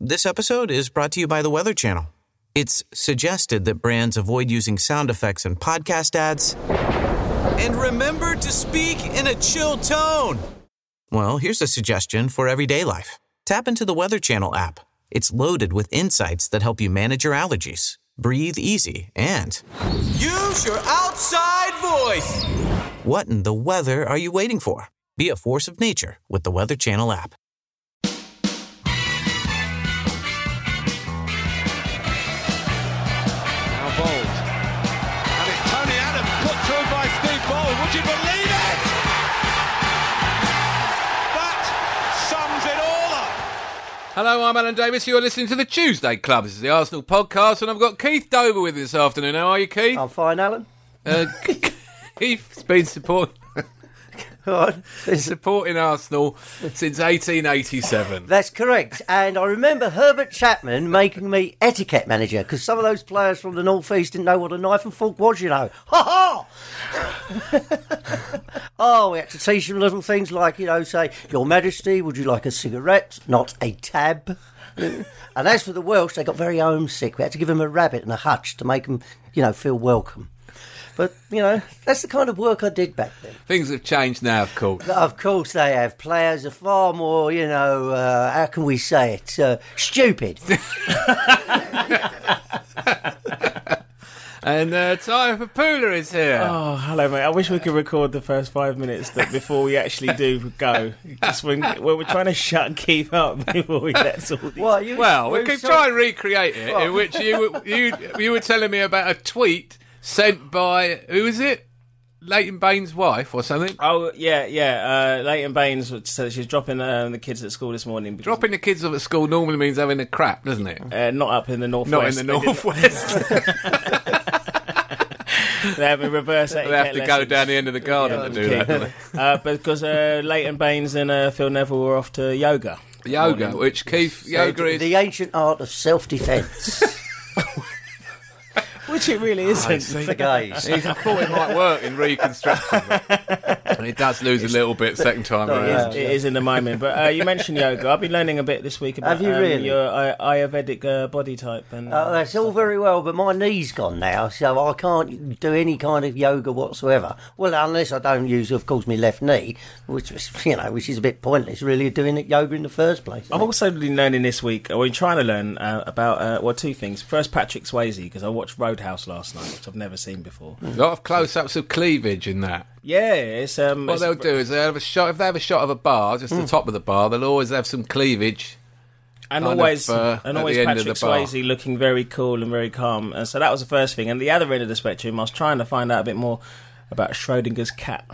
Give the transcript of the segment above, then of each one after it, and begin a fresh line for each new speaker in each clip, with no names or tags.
This episode is brought to you by the Weather Channel. It's suggested that brands avoid using sound effects in podcast ads. And remember to speak in a chill tone. Well, here's a suggestion for everyday life tap into the Weather Channel app. It's loaded with insights that help you manage your allergies, breathe easy, and use your outside voice. What in the weather are you waiting for? Be a force of nature with the Weather Channel app.
Now Bold. And it's Tony Adams put through by Steve Bold. Would you believe it? That sums it all up.
Hello, I'm Alan Davis. You are listening to the Tuesday Club. This is the Arsenal podcast, and I've got Keith Dover with me this afternoon. How are you, Keith?
I'm fine, Alan.
Uh, Keith's been support-
All right. This-
supporting Arsenal since 1887.
That's correct. And I remember Herbert Chapman making me etiquette manager because some of those players from the northeast didn't know what a knife and fork was, you know. Ha ha! oh, we had to teach them little things like, you know, say, Your Majesty, would you like a cigarette, not a tab? and as for the Welsh, they got very homesick. We had to give them a rabbit and a hutch to make them, you know, feel welcome. But, you know, that's the kind of work I did back then.
Things have changed now, of course.
Of course they have. Players are far more, you know, uh, how can we say it? Uh, stupid.
And uh, Tyler Papula is here.
Oh, hello, mate. I wish
Uh,
we could record the first five minutes that before we actually do go. Just when, when we're trying to shut Keith up before we let all these.
What, you,
Well, we
you
could
saw-
try and recreate it, in which you were- you you were telling me about a tweet sent by who is it? Leighton Baines' wife or something,
Oh, yeah, yeah. Uh, Leighton Baines said she's dropping um, the kids at school this morning. Because,
dropping the kids off at school normally means having a crap, doesn't it?
Uh, not up in the northwest.
Not in the
They did-
northwest.
They have a reverse
they have to
etiquette
go
lesson.
down the end of the garden to do that. don't
uh, because uh, Leighton Baines and uh, Phil Neville were off to yoga.
they? yoga, which Keith yoga is.
The ancient art of self-defence.
Which it really isn't.
the gays.
I thought it might work in reconstruction, and it does lose a little bit second time.
Oh,
around.
yeah.
It is in the moment, but uh, you mentioned yoga. I've been learning a bit this week about
Have you
um,
really?
your uh, Ayurvedic uh, body type, and
Uh, that's all very well, but my knee's gone now, so I can't do any kind of yoga whatsoever. Well, unless I don't use, of course, my left knee, which was, you know, which is a bit pointless, really, doing it yoga in the first place.
I've also been learning this week, or been trying to learn uh, about uh, well two things. First, Patrick Swayze because I watched Roadhouse last night, which I've never seen before.
Hmm.
A lot of close-ups of cleavage in that.
Yeah, it's um.
What
it's-
they'll do is they have a shot. If they have a shot of a bar, just the top of the bar, they'll always have some cleavage. kind
and
of,
always
uh, at
and
the
always
end of
Patrick
the bar.
Swayze looking very cool and very calm. And so that was the first thing. And the other end of the spectrum, I was trying to find out a bit more about Schrodinger's cat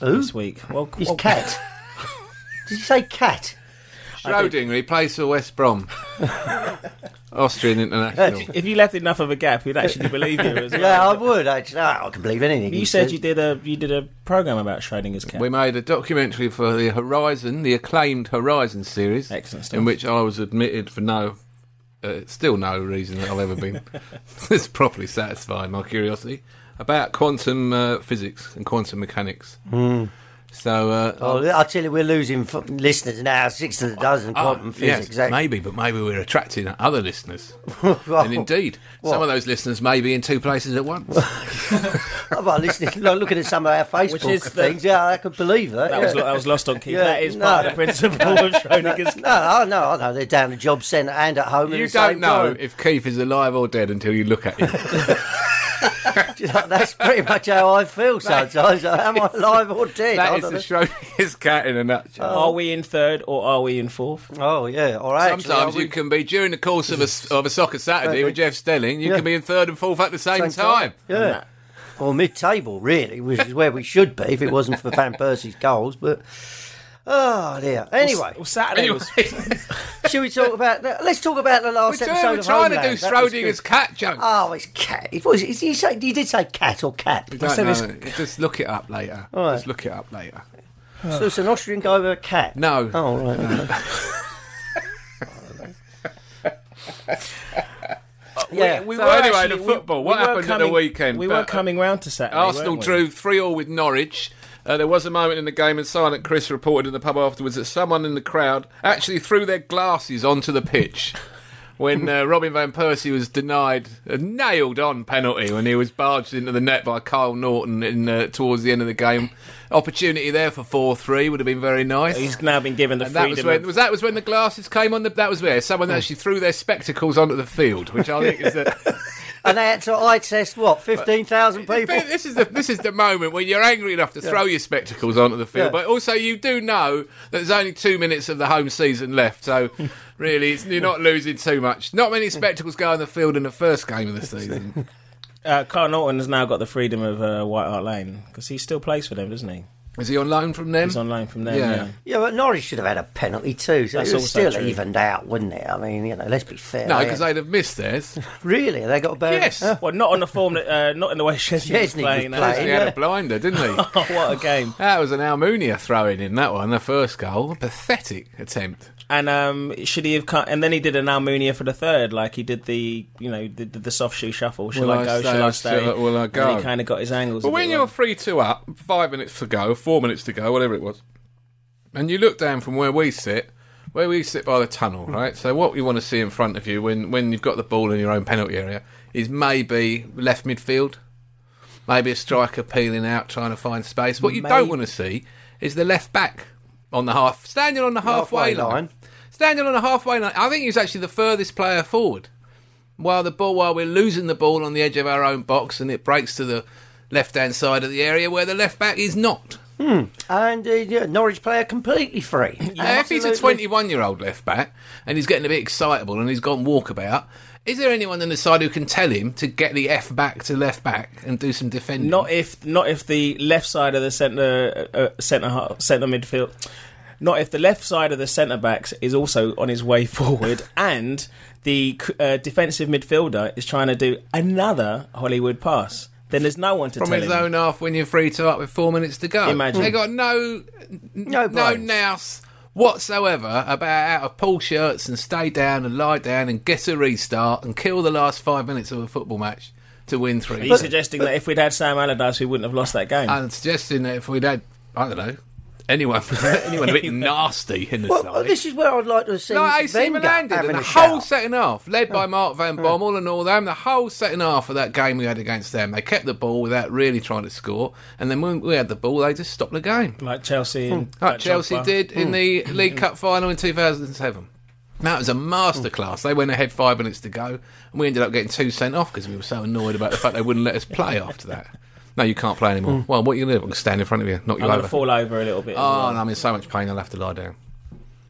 this week. Well,
His
well-
cat. Did you say cat?
Schrodinger, he plays for West Brom, Austrian international.
If you left enough of a gap, we'd actually believe you. As well.
Yeah, I would. Actually, I can believe anything.
You
he
said you did a you did a program about Schrodinger's cat.
We made a documentary for the Horizon, the acclaimed Horizon series,
Excellent stuff.
in which I was admitted for no, uh, still no reason that I've ever been this properly satisfied my curiosity about quantum uh, physics and quantum mechanics. So, uh,
Oh, I tell you, we're losing f- listeners now. Six to the dozen quantum
Ah,
physics. eh?
Yes,
that-
maybe, but maybe we're attracting other listeners.
Well,
and indeed, some of those listeners may be in two places at once.
oh, well, listening, look, looking at some of our Facebook
Which is the-
things, yeah, I could believe that.
That was
yeah.
lo- that was lost on Keith.
Yeah,
that is
no.
part of the principle of Schrodinger's cat.
no, I know, I know. They're down at job centre and at home. at
you
the same
don't know
time.
if Keith is alive or dead until you look at him.
You know, That's pretty much how I feel sometimes. Am I alive or dead? I
that is
don't
the
know.
Schrodinger's cat in a nutshell.
Are we in third or are we in fourth?
oh yeah. All right.
Sometimes you can be during the course of a, s- of a soccer Saturday with Jeff Stelling. You
Yeah.
can be in third and fourth at the same, time.
Yeah. Or mid-table, really, which is where we should be if it wasn't for Van Persie's goals. But oh dear. Anyway,
Well, Saturday was
Should we talk about? The, let's talk about the last
We're
episode
trying, we're
of
trying to do
Homeland. That was good.
Schrodinger's cat joke.
Oh, it's cat. It was. Did you say? You did say cat or cap?
Don't
So there's-
know. Just look it up later.
All right.
Just look it up later.
so it's an Austrian guy with a cat.
Oh. No.
Oh right. okay.
Uh,
yeah.
We
So
were
anyway,
actually-
the
we-
football.
we
What
were
happened at the
coming-
weekend?
We
But, uh,
were coming round to Saturday.
Arsenal
weren't we?
drew 3 all with Norwich. Uh, there was a moment in the game, and Silent Chris reported in the pub afterwards that someone in the crowd actually threw their glasses onto the pitch when uh, Robin Van Persie was denied a nailed on penalty when he was barged into the net by Kyle Norton in, uh, towards the end of the game. Opportunity there for 4 3 would have been very nice.
He's now been given the
And that
freedom.
was when
of- Hmm.
was that was when the glasses came on the that was where someone actually threw their spectacles onto the field, which I think is the
And they had to eye test what fifteen thousand people.
this is the this is the moment when you're angry enough to throw your spectacles onto the field,
Yeah.
but also you do know that there's only two minutes of the home season left, so really it's, you're not losing too much. Not many spectacles go on the field in the first game of the season.
uh, Carl Norton has now got the freedom of uh, White Hart Lane because he still plays for them, doesn't he?
Is he on loan from them?
He's on loan from them.
Yeah.
Yeah.
Yeah, but Norwich should have had a penalty too. So
That's
it was
also
still
true.
evened out, wouldn't it? I mean, you know, let's be fair.
no,
They
because
had-
they'd have missed theirs.
really they got a bad.
Yes.
Well, not on the form that, uh, not in the way Chesney was
Chesney was
playing. that
He
playing.
had
Yeah.
a blinder, didn't he?
was- oh, what a game!
That was an Almunia throwing in that one, the first goal. Pathetic attempt.
And um, should he have cut? And then he did an Almunia for the third, like he did the, you know, did the, the soft shoe shuffle. Shall
Will
I,
I
go?
stay?
Shall I
Shall-
stay?
will I
And then
go?
he kind of got his angles. a
But
bit
when
wrong.
you're three two up, five minutes to go, four minutes to go, whatever it was, and you look down from where we sit, where we sit by the
Hmm.
tunnel, right? So what you want to see in front of you when when you've got the ball in your own penalty area is maybe left midfield, maybe a striker peeling out trying to find space. What you don't
Maybe.
want to see is the left back on the half standing on the halfway,
Halfway
line.
line.
Standing on the halfway line, I think he's actually the furthest player forward while the ball while we're losing the ball on the edge of our own box and it breaks to the left hand side of the area where the left back is not.
And uh, yeah, Norwich player completely free.
Now, if he's a
Absolutely.
21 year old left back and he's getting a bit excitable and he's gone walkabout, is there anyone on the side who can tell him to get the F back to left back and do some defending?
Not if not if the left side of the centre uh, centre half- centre midfield. Not if the left side of the centre backs is also on his way forward, and the c- uh, defensive midfielder is trying to do another Hollywood pass. Then there's no one to
from
tell
his
him.
own half when you're free to up with four minutes to go.
Imagine.
they got no no, no
brains.
nous whatsoever about how to pull shirts and stay down and lie down and get a restart and kill the last five minutes of a football match to win
Are
three.
you suggesting that if we'd had Sam Allardyce, we wouldn't have lost that game?
I'm suggesting that if we'd had I don't know anyone anyone a bit nasty in the
Well,
side.
this is where I'd like to see
like AC
Wenger
Milan did,
having
and the
a
whole
shout.
second half, led by Mark Van Bommel and all them, the whole second half of that game we had against them, they kept the ball without really trying to score, and then when we had the ball, they just stopped the game.
like Chelsea and
Hmm. like
like
Chelsea
Drogba.
did
Hmm.
in the League Cup final in 2007. That was a masterclass. They went ahead five minutes to go, and we ended up getting two sent off because we were so annoyed about the fact they wouldn't let us play after that. No, you can't play
Hmm.
anymore. Well, what are you going to do? I'm going to stand in front of you, knock you
I'm going
over.
to fall over a little bit. as
Oh,
well.
and I'm in so much pain, I'll have to lie down.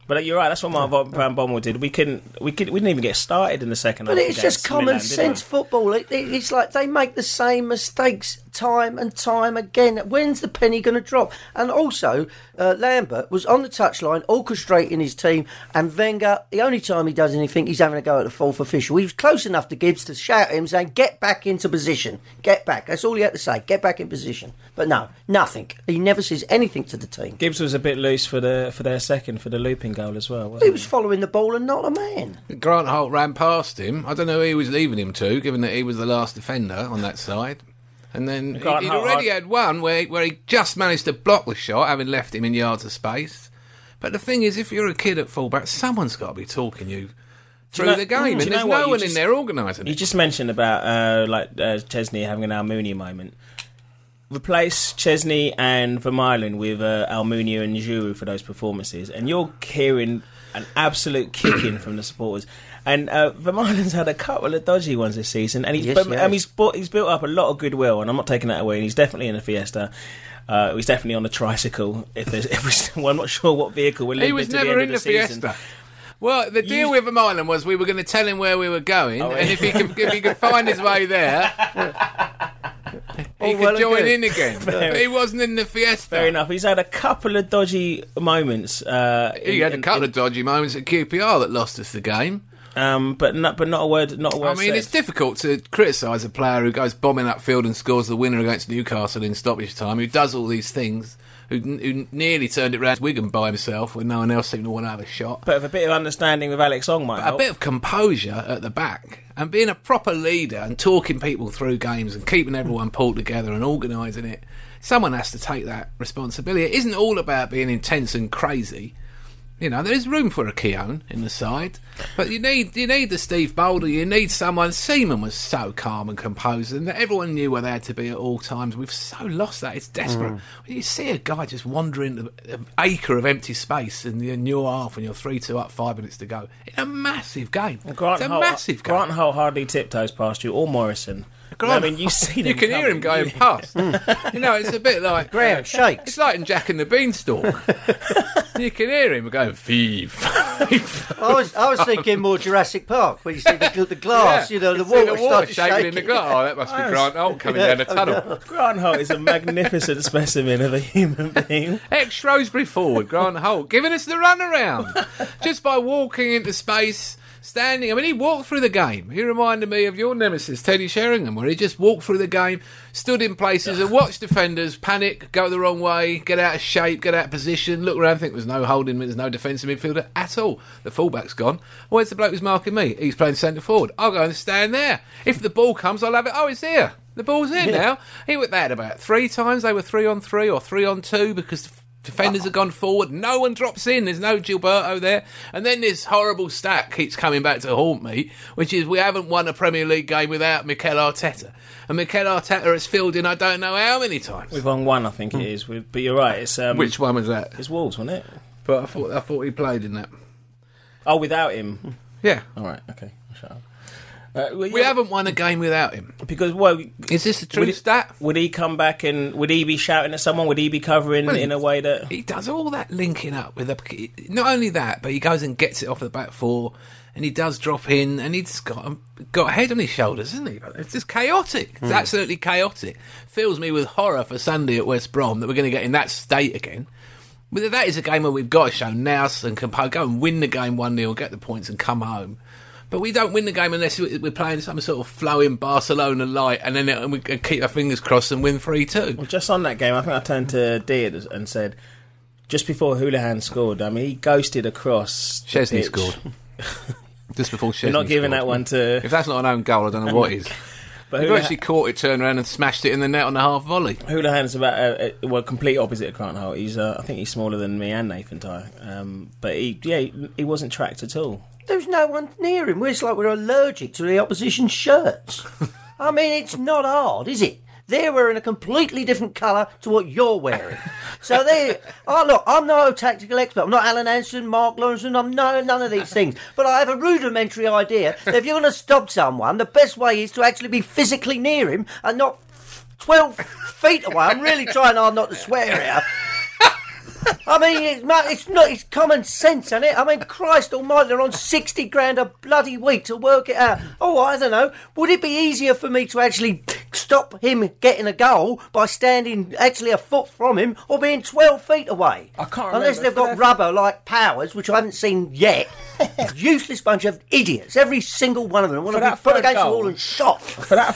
But you're right. That's what
Oh.
Mark Van Bommel did. We couldn't. We could. We didn't even get started in the second
But
half.
it's
against
just common
Milan, did
sense
we?
football. It, it- it's like they make the same mistakes time and time again. When's the penny going to drop? And also, uh, Lambert was on the touchline orchestrating his team, and Wenger, the only time he does anything, he's having a go at the fourth official. He was close enough to Gibbs to shout at him, saying, Get back into position. Get back. That's all he had to say. Get back in position. But no, nothing. He never says anything to the team.
Gibbs was a bit loose for the for their second for the looping goal as well. Wasn't
He
he
was following the ball and not a man.
Grant Holt ran past him. I don't know who he was leaving him to, given that he was the last defender on that side. And then he-
Grant
he'd
Holt-
already had one where, where he just managed to block the shot, having left him in yards of space. But the thing is, if you're a kid at fullback, someone's got to be talking you through
know-
the
Mm.
game,
Do you
and there's
know what?
no
You
one in
just-
there organising
You
it.
just mentioned about uh, like uh, Chesney having an Almunia moment. Replace Chesney and Vermaelen with uh, Almunia and Giroud for those performances, and you're hearing an absolute kicking from the supporters. And uh, Vermaelen's had a couple of dodgy ones this season, and he's
Yes,
but,
he
and
has.
he's bought, he's built up a lot of goodwill, and I'm not taking that away. And he's definitely in a Fiesta. Uh, he's definitely on a tricycle. If there's, if we well, I'm not sure what vehicle we're.
He
limited
was
to the
never
end
in the,
of the, season.
fiesta. Well, the deal with him Island was we were going to
Oh,
tell him where we were going, and if he could if he could find his way there,
Oh,
He could
well and
join
good.
in again. but he wasn't in the fiesta.
Fair enough. He's had a couple of dodgy moments. Uh,
He
in-
had a
in-
couple of dodgy moments at QPR that lost us the game.
um, but not, but not a word, not a word.
I mean,
said.
it's difficult to criticise a player who goes bombing upfield and scores the winner against Newcastle in stoppage time, who does all these things, who, who nearly turned it round to Wigan by himself when no one else seemed to want to have a shot.
but a bit of understanding with Alex Song might
But a
help.
bit of composure at the back and being a proper leader and talking people through games and keeping everyone pulled together and organising it. Someone has to take that responsibility. It isn't all about being intense and crazy. You know, there is room for a Keown in the side, but you need you need the Steve Boulder. You need someone. Seaman was so calm and composed, and that everyone knew where they had to be at all times. We've so lost that; it's desperate. When you see a guy just wandering a- an acre of empty space in the- in your half, and you're three two up, five minutes to go, it's a massive game.
Grant
it's a
Hull,
massive game.
Grant Hull hardly tiptoes past you, or Morrison. I
Grant-
mean, you see them
you can hear him
coming.
going past.
Mm.
you know, it's a bit like uh,
Graham shakes.
It's like in Jack and the Beanstalk. you can hear him going, "Vive."
I was, I was thinking more Jurassic Park, where you Oh, see the, the glass,
Yeah.
you know, the
You see
water, starts
shaking
shaking.
in the glass. Oh, that must be Grant Holt coming down the tunnel.
Grant Holt is a magnificent specimen of a human being.
Ex Shrewsbury forward, Grant Holt, giving us the runaround just by walking into space. Standing, I mean, he walked through the game. He reminded me of your nemesis, Teddy Sheringham, where he just walked through the game, stood in places and watched defenders panic, go the wrong way, get out of shape, get out of position, look around, think there's no holding, there's no defensive midfielder at all. The fullback's gone. Where's the bloke who's marking me? He's playing centre forward. I'll go and stand there. If the ball comes, I'll have it. Oh, it's here. The ball's in now. He went that about three times. They were three on three or three on two because the f- defenders have gone forward. No one drops in. There's no Gilberto there. And then this horrible stat keeps coming back to haunt me, which is we haven't won a Premier League game without Mikel Arteta. And Mikel Arteta has filled in I don't know how many times.
We've won one, I think it is. We- But you're right. It's um,
Hmm. Which one was that?
It's Wolves, wasn't it?
But I thought I thought he played in that.
Oh, without him.
Yeah.
All right. Okay. Shut up. Uh, well,
We
yeah,
haven't won a game without him.
because well,
Is this a true
would he,
stat?
Would he come back and would he be shouting at someone? Would he be covering
Well,
in a way that
He does all that linking up with the. Not only that, but he goes and gets it off the back four, and he does drop in, and he's got um, got a head on his shoulders, isn't he? It's just chaotic. It's absolutely chaotic. Fills me with horror for Sunday at West Brom that we're going to get in that state again. But that is a game where we've got to show nous and compo, go and win the game 1 0, get the points, and come home. But we don't win the game unless we- we're playing some sort of flowing Barcelona light, and then it- and we can keep our fingers crossed and win 3 2.
just on that game? I think I turned to Dean and said, just before Houlihan scored, I mean, he ghosted across. the
Chesney
pitch.
scored. Just before Chesney.
We're not giving
scored.
that one to.
If that's not an own goal, I don't know what is.
But
We've actually
Houlihan,
caught it, turned around and smashed it in the net on the half volley.
Houlihan's about uh, uh, well, complete opposite of Grant Holt. He's uh, I think he's smaller than me and Nathan Dyer. Um, but he yeah he, he wasn't tracked at all.
There's no one near him. We're- It's like we're allergic to the opposition shirts. I mean, it's not hard, is it? They're wearing a completely different colour to what you're wearing. So they, oh look, I'm no tactical expert. I'm not Alan Anson, Mark Lawrence, and I'm no none of these things. But I have a rudimentary idea that if you're going to stop someone, the best way is to actually be physically near him and not twelve feet away. I'm really trying hard not to swear here. I mean, it's, ma- it's not. It's common sense, isn't it? I mean, Christ Almighty, they're on sixty grand a bloody week to work it out. Oh, I don't know. Would it be easier for me to actually stop him getting a goal by standing actually a foot from him, or being twelve feet away?
I can't
Unless
remember.
they've got
But
rubber like Powers, which I haven't seen yet. Useless bunch of idiots. Every single one of them want
For
to be
that
put
third
against the
goal.
wall and shot.
for that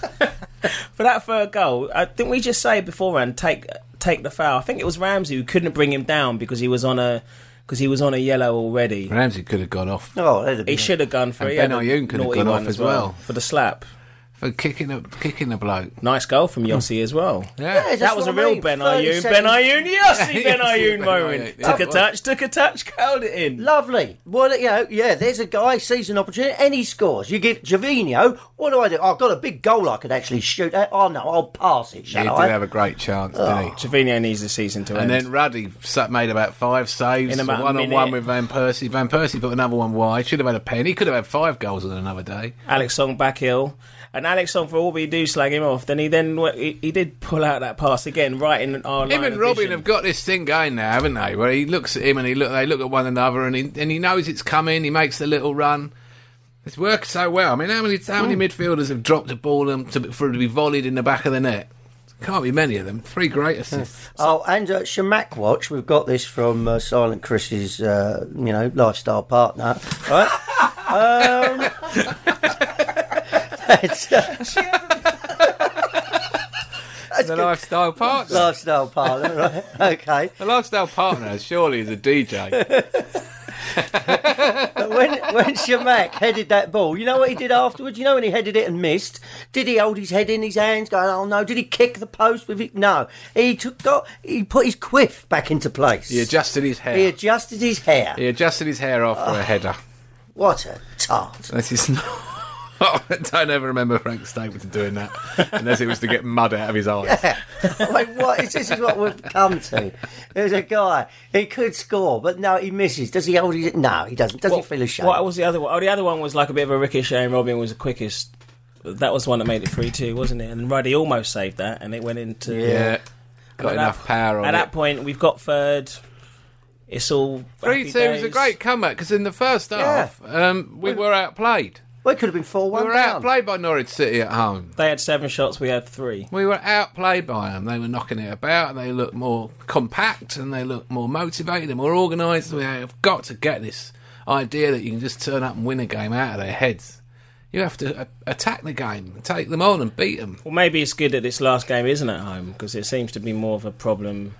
for that third goal, I think we just say beforehand take take the foul. I think it was Ramsey who couldn't bring him down because he was on a because he was on a yellow already.
Ramsey could have gone off
Oh, that'd
He
be
should have gone for
And
it. He
Ben
had a
Ayoun could have
naughty
gone off
one
as well.
for the slap.
for kicking a kicking a bloke.
Nice goal from Yossi as well.
Yeah.
that's
that was a
what I
real
mean.
Ben
30
Ayoun, Ben
seconds.
Ayoun, Yossi, Ben
Yossi,
Ayoun
Ben
moment.
Ayoun.
Took a touch, took a touch, curled it in.
Lovely. Well, you know, yeah, there's a guy sees an opportunity and he scores. You give Javino, what do I do? I've got a big goal I could actually shoot at. Oh, no, I'll pass it,
he
shall
did
I?
have a great chance, didn't he?
Trevino needs the season to
And
end.
then Ruddy sat, made about five saves,
In about a
one on one
minute.
with Van Persie. Van Persie put another one wide. Should have had a pen. He could have had five goals on another day.
Alex Song back ill. And Alex Song, for all we do, slag him off. Then he then w- he, he did pull out that pass again, right in our line.
Him and
of
Robin
vision.
have got this thing going now, haven't they? Where he looks at him and he look, they look at one another, and he, and he knows it's coming. He makes the little run. It's worked so well. I mean, how many how many midfielders have dropped the ball and to, for it to be volleyed in the back of the net? Can't be many of them. Three great assists.
Oh, and uh, Shamak Watch, we've got this from uh, Silent Chris's, uh, you know, lifestyle partner, right? um, it's, uh,
the lifestyle partner.
lifestyle partner, right? Okay.
the lifestyle partner surely is a DJ.
But when when Shamak headed that ball, you know what he did afterwards? You know when he headed it and missed? Did he hold his head in his hands, going, "Oh no"? Did he kick the post with it? No. He took got he put his quiff back into place.
He adjusted his hair.
He adjusted his hair.
He adjusted his hair after a header.
What a tart!
This is not. I don't ever remember Frank Stapleton doing that, unless it was to get mud out of his eyes.
I mean, what is this? Is what we've come to? There's a guy. He could score, but no, he misses. Does he hold his? No, he doesn't. Does he feel ashamed?
What was the other one? Oh, the other one was like a bit of a ricochet, and Robin was the quickest. That was the one that made it 3 2, wasn't it? And Ruddy almost saved that, and it went into.
Yeah, got
At
enough
that-
power on
At
it.
that point, we've got third. It's all.
Three
happy
two was a
days.
great comeback because in the first half um, we were outplayed.
well, it could have been four-one.
We were
down.
outplayed by Norwich City at home.
They had seven shots, we had three.
We were outplayed by them. They were knocking it about. They looked more compact and they looked more motivated and more organised. We have got to get this idea that you can just turn up and win a game out of their heads. You have to uh, attack the game, and take them on, and beat them.
Well, maybe it's good that this last game isn't at home because it seems to be more of a problem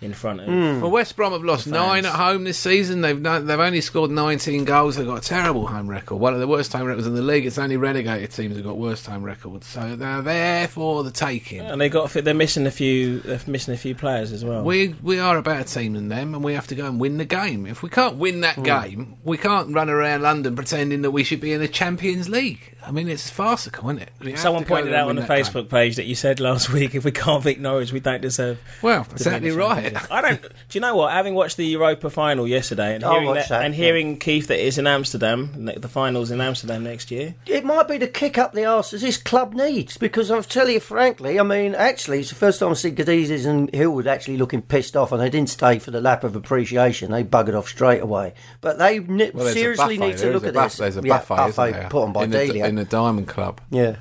in front of.
Well, West Brom have lost nine at home this season. They've no, they've only scored 19 goals. They've got a terrible home record. One of the worst home records in the league. It's only relegated teams that got worse home records. So they're there for the taking.
And they got they're missing a few they're missing a few players as well.
We we are a better team than them, and we have to go and win the game. If we can't win
Hmm.
that game, we can't run around London pretending that we should be in the Champions League. I mean, it's farcical, isn't it? We have
Someone
to go
pointed
there
out
and
on the
win that game.
Facebook page that you said last week if we can't beat Norwich, we don't deserve.
Well,
to
exactly
be in the
right.
Champions League. I don't. Do you know what? Having watched the Europa final yesterday and
I
hearing
watched that,
and
yeah.
hearing Keith that it's in Amsterdam, ne- the finals in Amsterdam next year.
It might be the kick up the arses this club needs because I'll tell you frankly, I mean, actually, it's the first time I've seen Cadizes and Hillwood actually looking pissed off, and they didn't stay for the lap of appreciation. They buggered off straight away. But they ne-
Well, there's a
seriously
buffet.
need to
There is
look
a
at
buff-
this.
There's a
yeah,
buffet,
buffet
isn't there?
put on by
in the,
Delia.
in the Diamond Club.
yeah.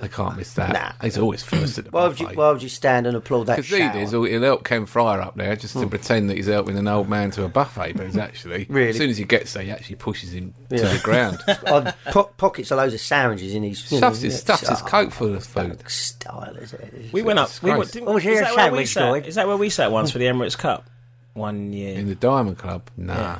They can't miss that.
Nah.
He's always first at the
Why would,
buffet.
you, why would you stand and applaud that?
Because he does,
shower? Hmm.
he'll he'll help Ken Fryer up there just to pretend that he's helping an old man to a buffet, but he's actually,
Really?
as soon as he gets there, he actually pushes him to
Yeah.
the ground.
I'd po- pockets of loads of sandwiches in his. you know,
stuffs his,
yeah,
stuffs his
oh,
coat full of food.
Style, is it?
We went up. We went,
disgrace.
didn't,
Oh, was
is,
there a
that where we
sandwich
sat,
guy?
is that where we sat once for the Emirates Cup? One year.
In the Diamond Club? Nah.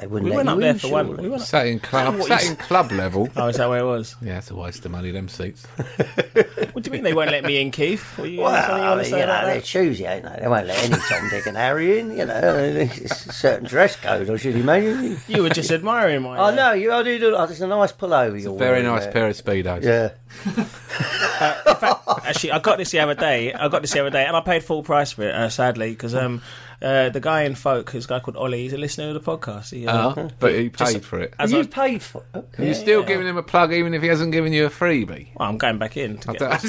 They wouldn't
we
let
went
you
up there
in,
for one.
surely.
We went up,
Sat in club,
What
sat
is-
in club level.
oh, is that where it was?
Yeah, that's a waste of money, them seats.
What do you mean they won't let me in, Keith? What you, something you
Well,
wanna
you
say about
know,
that?
they're choosy, ain't they? They won't let any Tom, Dick, and Harry in. You know, it's a certain dress code, I should imagine.
You were just admiring my. uh,
I know you. I do. do- Oh, there's a nice pullover. You're
Very
wearing
nice
there.
pair of Speedos.
Yeah.
Actually, I got this the other day. I got this the other day, and I paid full price for it. Uh, sadly, because um, uh, the guy in Folk, who's a guy called Ollie, he's a listener of the podcast. He, uh,
Uh-huh.
Uh, but he paid for it.
as I
you
was-
paid for. Okay.
You're still giving him a plug, even if he hasn't given you a freebie.
well, I'm going back in. To get, that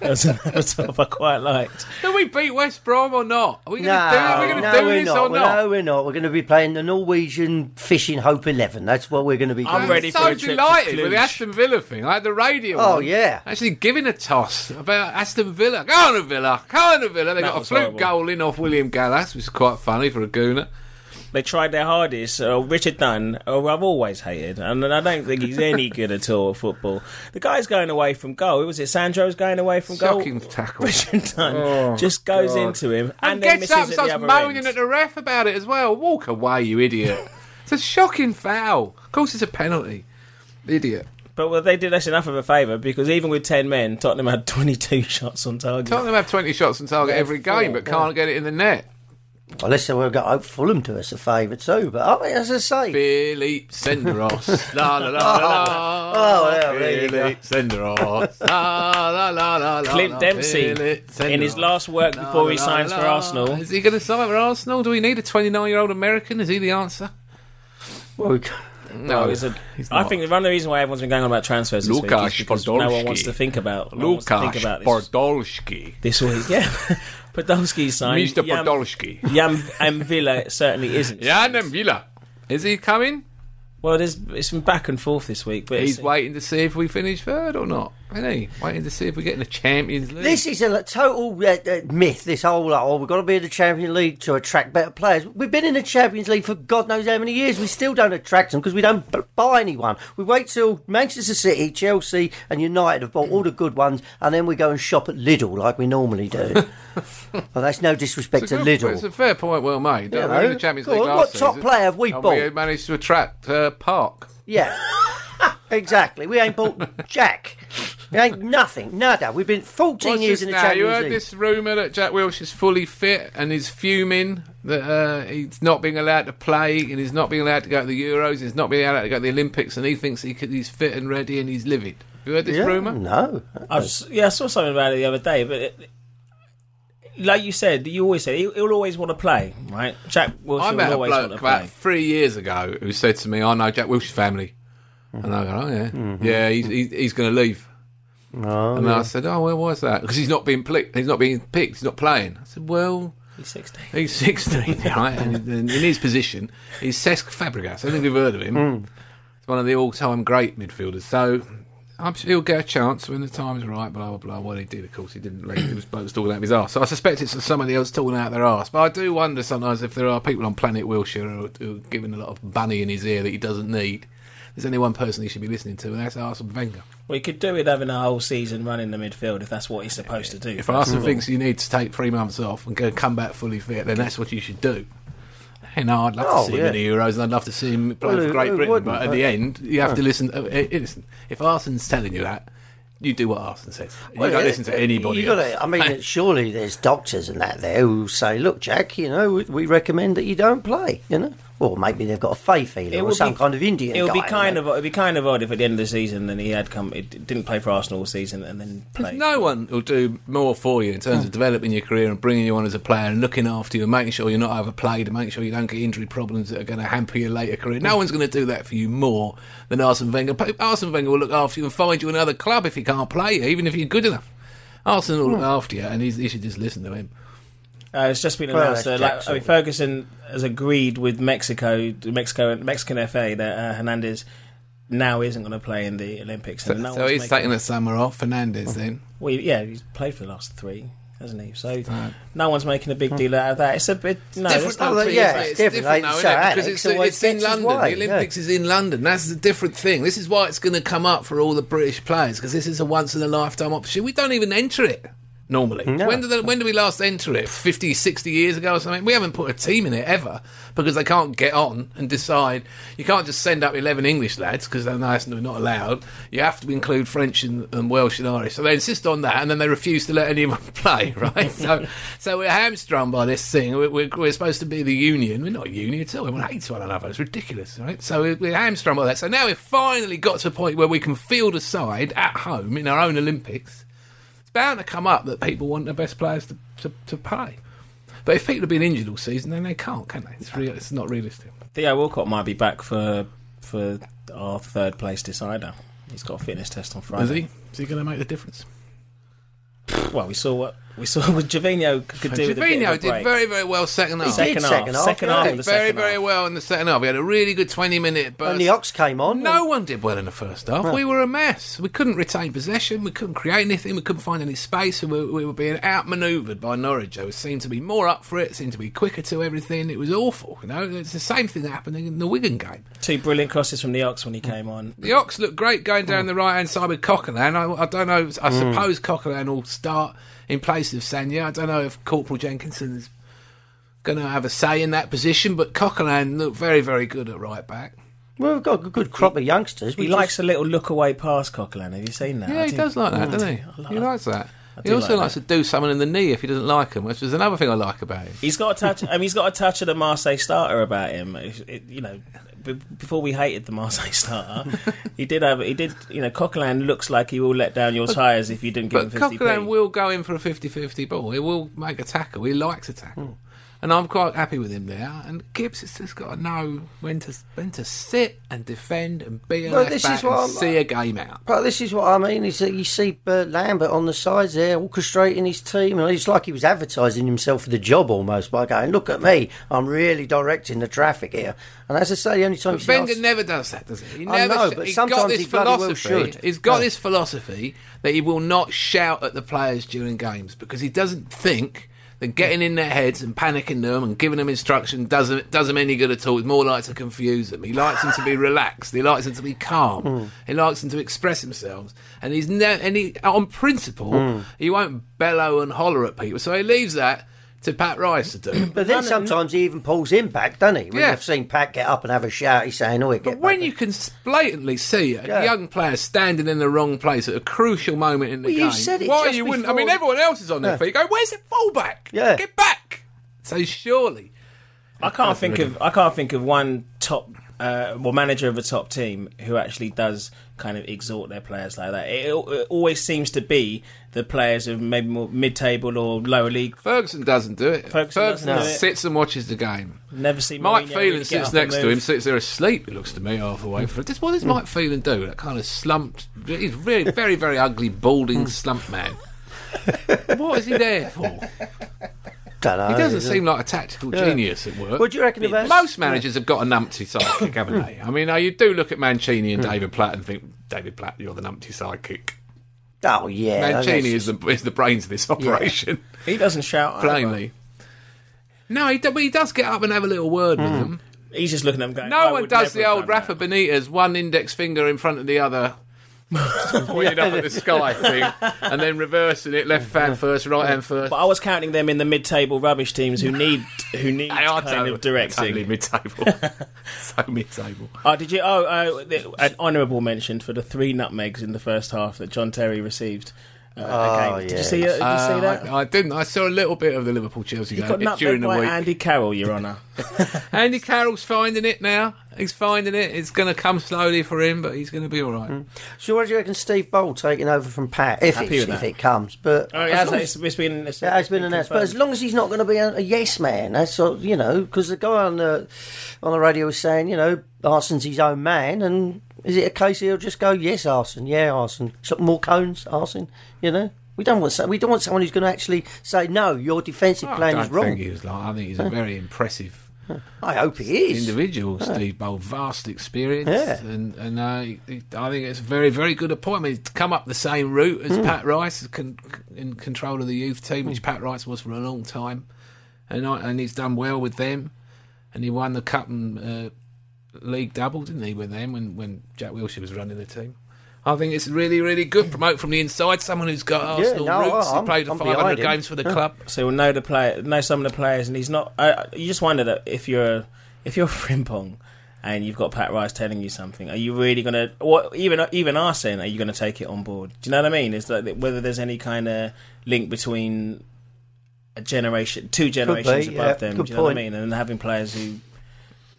Do
was another top I quite liked.
we beat West Brom or not? Are we going to
No,
do, are we gonna
no,
do
we're
this
not.
or
Well,
not?
No, we're not. We're going to be playing the Norwegian Fishing Hope Eleven. That's what we're going to be.
I'm
doing.
I'm
ready
so
for a trip to
delighted with the
Cluj.
Aston Villa thing. I had the radio.
Oh,
on,
yeah.
actually giving a toss about Aston Villa. Go on, Villa. Go on, Villa. They got a
was
fluke
horrible.
goal in off William Gallas, which is quite funny for a gooner.
They tried their hardest. Uh, Richard Dunn, who I've always hated, and I don't think he's any good at all at football. The guy's going away from goal. Was it Sandro's going away from goal?
Shocking tackle. Oh,
Richard Dunn just goes into him and,
And,
then
gets up and
misses at the
starts
other
moaning
end.
at the ref about it as well. Walk away, you idiot. it's a shocking foul. Of course, it's a penalty. Idiot.
But well, they did us enough of a favour because even with 10 men, Tottenham had 22 shots on target.
Tottenham have 20 shots on target
Yeah,
every
four,
game, but can't get it in the net.
Well, listen, we've got Hope Fulham to us a favour too. But oh, as I say,
Philippe Senderos. la la la la.
Oh, yeah, there you
Philippe Senderos. La la la la la.
Clint
la,
Dempsey,
Philippe Senderos.
in his last work
La,
before he
la,
signs for
la.
Arsenal.
Is he going to sign for Arsenal? Do we need a 29 year old American? Is he the answer?
well, we-
No.
Is a-
he's
I
not.
think one of the reasons why everyone's been going on about transfers this week
Lukasz
is because no one
Podolski.
wants to think about, no one wants to
Lukasz
think about this,
Podolski.
this week. Yeah, Podolski signed.
Mr.
Yam,
Podolski.
Yam and Villa certainly isn't.
Jan Villa. Is he coming?
Well, there's it's been back and forth this week, but
He's
it's-
waiting to see if we finish third or not, isn't he? Waiting to see if we get in the Champions League.
This is a total uh, uh, myth. This whole like, oh, we've got to be in the Champions League to attract better players. We've been in the Champions League for God knows how many years. We still don't attract them because we don't b- buy anyone. We wait till Manchester City, Chelsea, and United have bought all the good ones, and then we go and shop at Lidl like we normally do. well, that's no disrespect
It's
to
a good-
Lidl.
It's a fair point, well made.
Yeah,
Yeah, We're in the
mate.
Champions
Go
League
on,
last
what top
season,
player have we
and We
bought?
managed to attract uh, Park.
Yeah. exactly. We ain't bought Jack. We ain't nothing. Nada. We've been 14
What's
years
this
in the
now?
Champions
You heard
League.
this rumor that Jack Wilshere is fully fit and is fuming that uh, he's not being allowed to play and he's not being allowed to go to the Euros. He's not being allowed to go to the Olympics, and he thinks he could, he's fit and ready and he's livid. Have you heard this
Yeah,
rumor?
No.
I was, yeah, I saw something about it the other day, but it, like you said, you always said he, he'll always want to play, right? Jack
I
Wilson
met
will
a
always want
bloke
to
about
play.
three years ago who said to me, "I know Jack Wilshere's family," and I go, "Oh yeah,
Mm-hmm.
yeah, he's he's, he's going to leave." and I said, "Oh, well, why's that? Because he's not being picked. He's not being picked. He's not playing." I said, "Well."
He's 16.
He's 16, right? And in in his position, he's Cesc Fabregas. I think we've heard of him. He's one of the all-time great midfielders. So I'm sure he'll get a chance when the time is right. Blah blah blah. Well, he did, of course. He didn't. Leave. He was bloke's talking out of his arse. So I suspect it's somebody else talking out their arse. But I do wonder sometimes if there are people on planet Wilshire who are, who are giving a lot of bunny in his ear that he doesn't need. There's only one person he should be listening to, and that's Arsene Wenger.
We could do with having a whole season running the midfield if that's what he's supposed to do.
If
first of
Arsenal
all.
thinks you need to take three months off and go come back fully fit, then that's what you should do. And I'd love
Oh,
to see him in the
yeah.
Euros, and I'd love to see him play
Well,
for
who-
Great
who
Britain.
wouldn't,
But at
but-
the end, you have to listen. uh, uh, listen. If Arsene's telling you that, you do what Arsene says. You
Well,
don't
uh,
listen to
uh,
anybody.
You gotta,
else.
I mean,
Hey,
surely there's doctors and that there who say, "Look, Jack, you know, we, we recommend that you don't play." You know, or maybe they've got a faith healer or
would
some
be-
kind of Indian.
It would be
guy,
kind
you know.
of it would be kind of odd if at the end of the season then he had come it didn't play for Arsenal all season and then played.
no one will do more for you in terms of developing your career and bringing you on as a player and looking after you and making sure you're not overplayed and making sure you don't get injury problems that are going to hamper your later career. No one's going to do that for you more than Arsene Wenger. Pa- Arsene Wenger will look after you and find you another club if you can't play, even if you're good enough. Arsenal will look after you, and he's, he should just listen to him.
Uh, it's just been
Well,
announced.
that's
uh, like,
Jack's
I
sort
mean,
of-
Ferguson has agreed with Mexico, Mexico, Mexican FA that uh, Hernandez now isn't going to play in the Olympics.
So,
and no
so
one's
he's
making-
taking the summer off. Fernandez then.
Well, yeah, he's played for the last three, hasn't he? So no one's making a big
Hmm.
deal out of that. It's a bit no,
different
that's not
though,
too-
isn't it?
yeah, it's different, like
though,
you
isn't
say,
it? because
Alex,
it's,
so
it's,
why six
in
is
London.
why,
the Olympics
yeah.
is in London. That's a different thing. This is why it's going to come up for all the British players because this is a once in a lifetime opportunity. We don't even enter it normally. When do the, when do we last enter it? 50, 60 years ago or something. We haven't put a team in it ever because they can't get on and decide. You can't just send up eleven English lads because they're nice and they're not allowed. You have to include French and, and Welsh and Irish. So they insist on that, and then they refuse to let anyone play. Right? so so we're hamstrung by this thing. We're, we're, we're supposed to be the union. We're not a union at all. Everyone hates one another. It's ridiculous. Right? So we're, we're hamstrung by that. So now we've finally got to a point where we can field a side at home in our own Olympics bound to come up that people want the best players to, to, to play. But if people have been injured all season, then they can't, can they? It's, real, it's not realistic.
Theo Walcott might be back for for our third place decider. He's got a fitness test on Friday.
Is he? Is he going to make the difference?
Well, we saw what we saw what Jovino could do. with a bit of
Trevino
a
did
break.
very, very well second half.
second,
did
half,
second half,
second half,
yeah.
of the
very,
second
very
half.
well in the second half. We had a really good 20 minute burst.
And the ox came on.
No one did well in the first half. We were a mess. We couldn't retain possession. We couldn't create anything. We couldn't find any space. And we, we were being outmanoeuvred by Norwich. They seemed to be more up for it. Seemed to be quicker to everything. It was awful. You know, it's the same thing that happened in the Wigan game.
Two brilliant crosses from the Ox when he
Hmm.
came on.
The Ox look great going down the right hand side with Coquelin. I, I don't know. I suppose Coquelin will start in place of Sanya. I don't know if Corporal Jenkinson is going to have a say in that position, but Coquelin looked very, very good at right back.
Well, we've got a good crop of youngsters.
He
We
likes a little look away pass, Coquelin. Have you seen that?
Yeah,
I
he
did-
does like that,
I
doesn't
did-
he?
I like
Mm. he
that.
likes that. He
do
also
like
likes to do someone in the knee if he doesn't like him, which is another thing I like about him.
He's got a touch. I mean, he's got a touch of the Marseille starter about him. It- it- you know, b- before we hated the Marseille starter, he did have. He did. You know, Coquelin looks like he will let down your tyres if you didn't give
But
him fifty
Coquelin
p.
will go in for a 50 50 ball. He will make a tackle. He likes a tackle. and I'm quite happy with him there. And Gibbs has just got to know when to when to sit and defend and be a
Well,
left
this
back
is what
and
I'm-
see a game out.
But this is what I mean is that you see Bert Lambert on the sides there orchestrating his team, and it's like he was advertising himself for the job almost by going, "Look at me, I'm really directing the traffic here." And as I say, the only time you
But
see
Wenger
us-
never does that, does he? He
I
never.
know,
sh-
but
he's got
sometimes
this
he bloody well
philosophy.
should.
He's got
No.
this philosophy that he will not shout at the players during games because he doesn't think that getting in their heads and panicking them and giving them instruction doesn't does them any good at all. It's more like to confuse them. He likes them to be relaxed. He likes them to be calm.
Hmm.
He likes them to express themselves. And he's ne- and he, on principle,
Hmm.
he won't bellow and holler at people. So he leaves that to Pat Rice to do.
But then sometimes he even pulls him back, doesn't he? When
Yeah.
I've seen Pat get up and have a shout, he's saying, "Oh, he
But
get
when
back."
you can s- blatantly see a
Yeah.
young player standing in the wrong place at a crucial moment in the
Well, you
game,
said it
why
just
you wouldn't? I
before-
mean, everyone else is on their feet. You Go, where's the fullback?
Yeah.
get back. So surely,
I can't think of I can't think of one top uh, well manager of a top team who actually does kind of exhort their players like that. It, it always seems to be the players of maybe more mid-table or lower league.
Ferguson doesn't do it.
Ferguson doesn't do it.
sits and watches the game.
Never see
Mike
Mourinho
Phelan
really get
sits
up and
next to
move.
him, sits there asleep. It looks to me half away from it. What does Mike Phelan do? That kind of slumped. He's really very, very ugly,
Hmm.
balding slump man. what is he there for?
Dunno,
He doesn't
is
seem like a tactical genius at work.
What do you reckon about
Most managers have got a numpty sidekick, haven't they? I mean, uh, you do look at Mancini
Hmm.
and David Platt and think, David Platt, you're the numpty sidekick.
Oh yeah,
Mancini
that's-
is the, is the brains of this operation,
He doesn't shout. either.
plainly. No, he, do, but he does get up and have a little word with them.
He's just looking at them going.
No
Hmm. I
one
would
does
never
the
have
old
done
Rafa Benitez, one index finger in front of the other, pointing up at the sky thing, and then reversing it, left hand first, right hand first.
But I was counting them in the mid-table rubbish teams who need who need
They are
kind
totally-
of directing.
Totally mid table. so mid table.
Oh, did you? Oh, oh the- an honourable mention for the three nutmegs in the first half that John Terry received. Uh, oh, game. Did you see? it? Did you see that?
Um, Uh, I, I didn't. I saw a little bit of the Liverpool Chelsea
He
game
got
bit during
nutmegged
the
by
week.
Andy Carroll, Your Honour.
Andy Carroll's finding it now. He's finding it. It's going to come slowly for him, but he's going to be all right.
Mm.
So what do you reckon Steve Bold taking over from Pat if
Happy
it's-
with
if
that.
it comes? But
Oh, it
as
has,
long
it's, it's been it's,
It has been announced, but as long as he's not going to be a, a yes man, that's sort you know, because the guy on the on the radio was saying, you know, Arsen's his own man, and is it a case he'll just go, yes, Arson, yeah, Arson, some more cones, Arson, you know, we don't want so- we don't want someone who's going to actually say, no, your defensive
Oh, I
plan
don't
is wrong.
think he was like. I think he's a very impressive
I hope he is.
individual, Steve Bold. Vast experience,
Yeah.
and and uh, he- he- I think it's a very very good appointment. He's come up the same route
Hmm.
as Pat Rice, con- in control of the youth team, which Pat Rice was for a long time, and I, and he's done well with them, and he won the cup and uh, league double, didn't he, with them when when Jack Wilshere was running the team. I think it's really, really good. Promote from the inside. Someone who's got
Yeah,
Arsenal
no,
roots.
I'm-
he played
I'm
500
behind him.
games for the club.
so we'll know the player, know some of the players, and he's not. I you just wonder that if you're if you're Frimpong and you've got Pat Rice telling you something, are you really gonna? Or even even Arsene, are you gonna take it on board? Do you know what I mean? Is that whether there's any kind of link between a generation, two generations
yeah.
above them?
Good
do you know
point.
what I mean? And having players who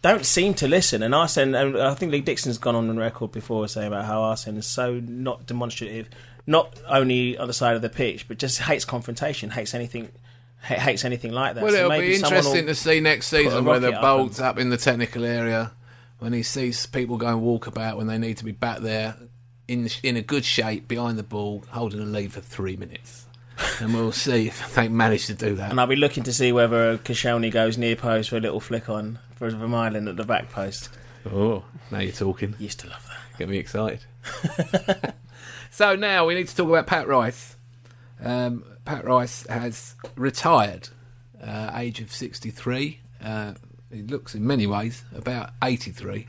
don't seem to listen. And Arsene, and I think Lee Dixon's gone on record before saying about how Arsene is so not demonstrative, not only on the side of the pitch, but just hates confrontation, hates anything, ha- hates anything like that.
Well,
So
it'll
maybe
be
someone will-
interesting to see next season
rocket
whether
up
Bolt's up in the technical area when he sees people going walkabout when they need to be back there in in a good shape behind the ball, holding a lead for three minutes, and we'll see if they manage to do that.
And I'll be looking to see whether Koscielny goes near post for a little flick on for Vermaelen at the back post.
Oh, now you're talking.
Used to love that.
Get me excited. so now we need to talk about Pat Rice. Um, Pat Rice has retired, uh, age of 63. Uh, he looks in many ways about 83.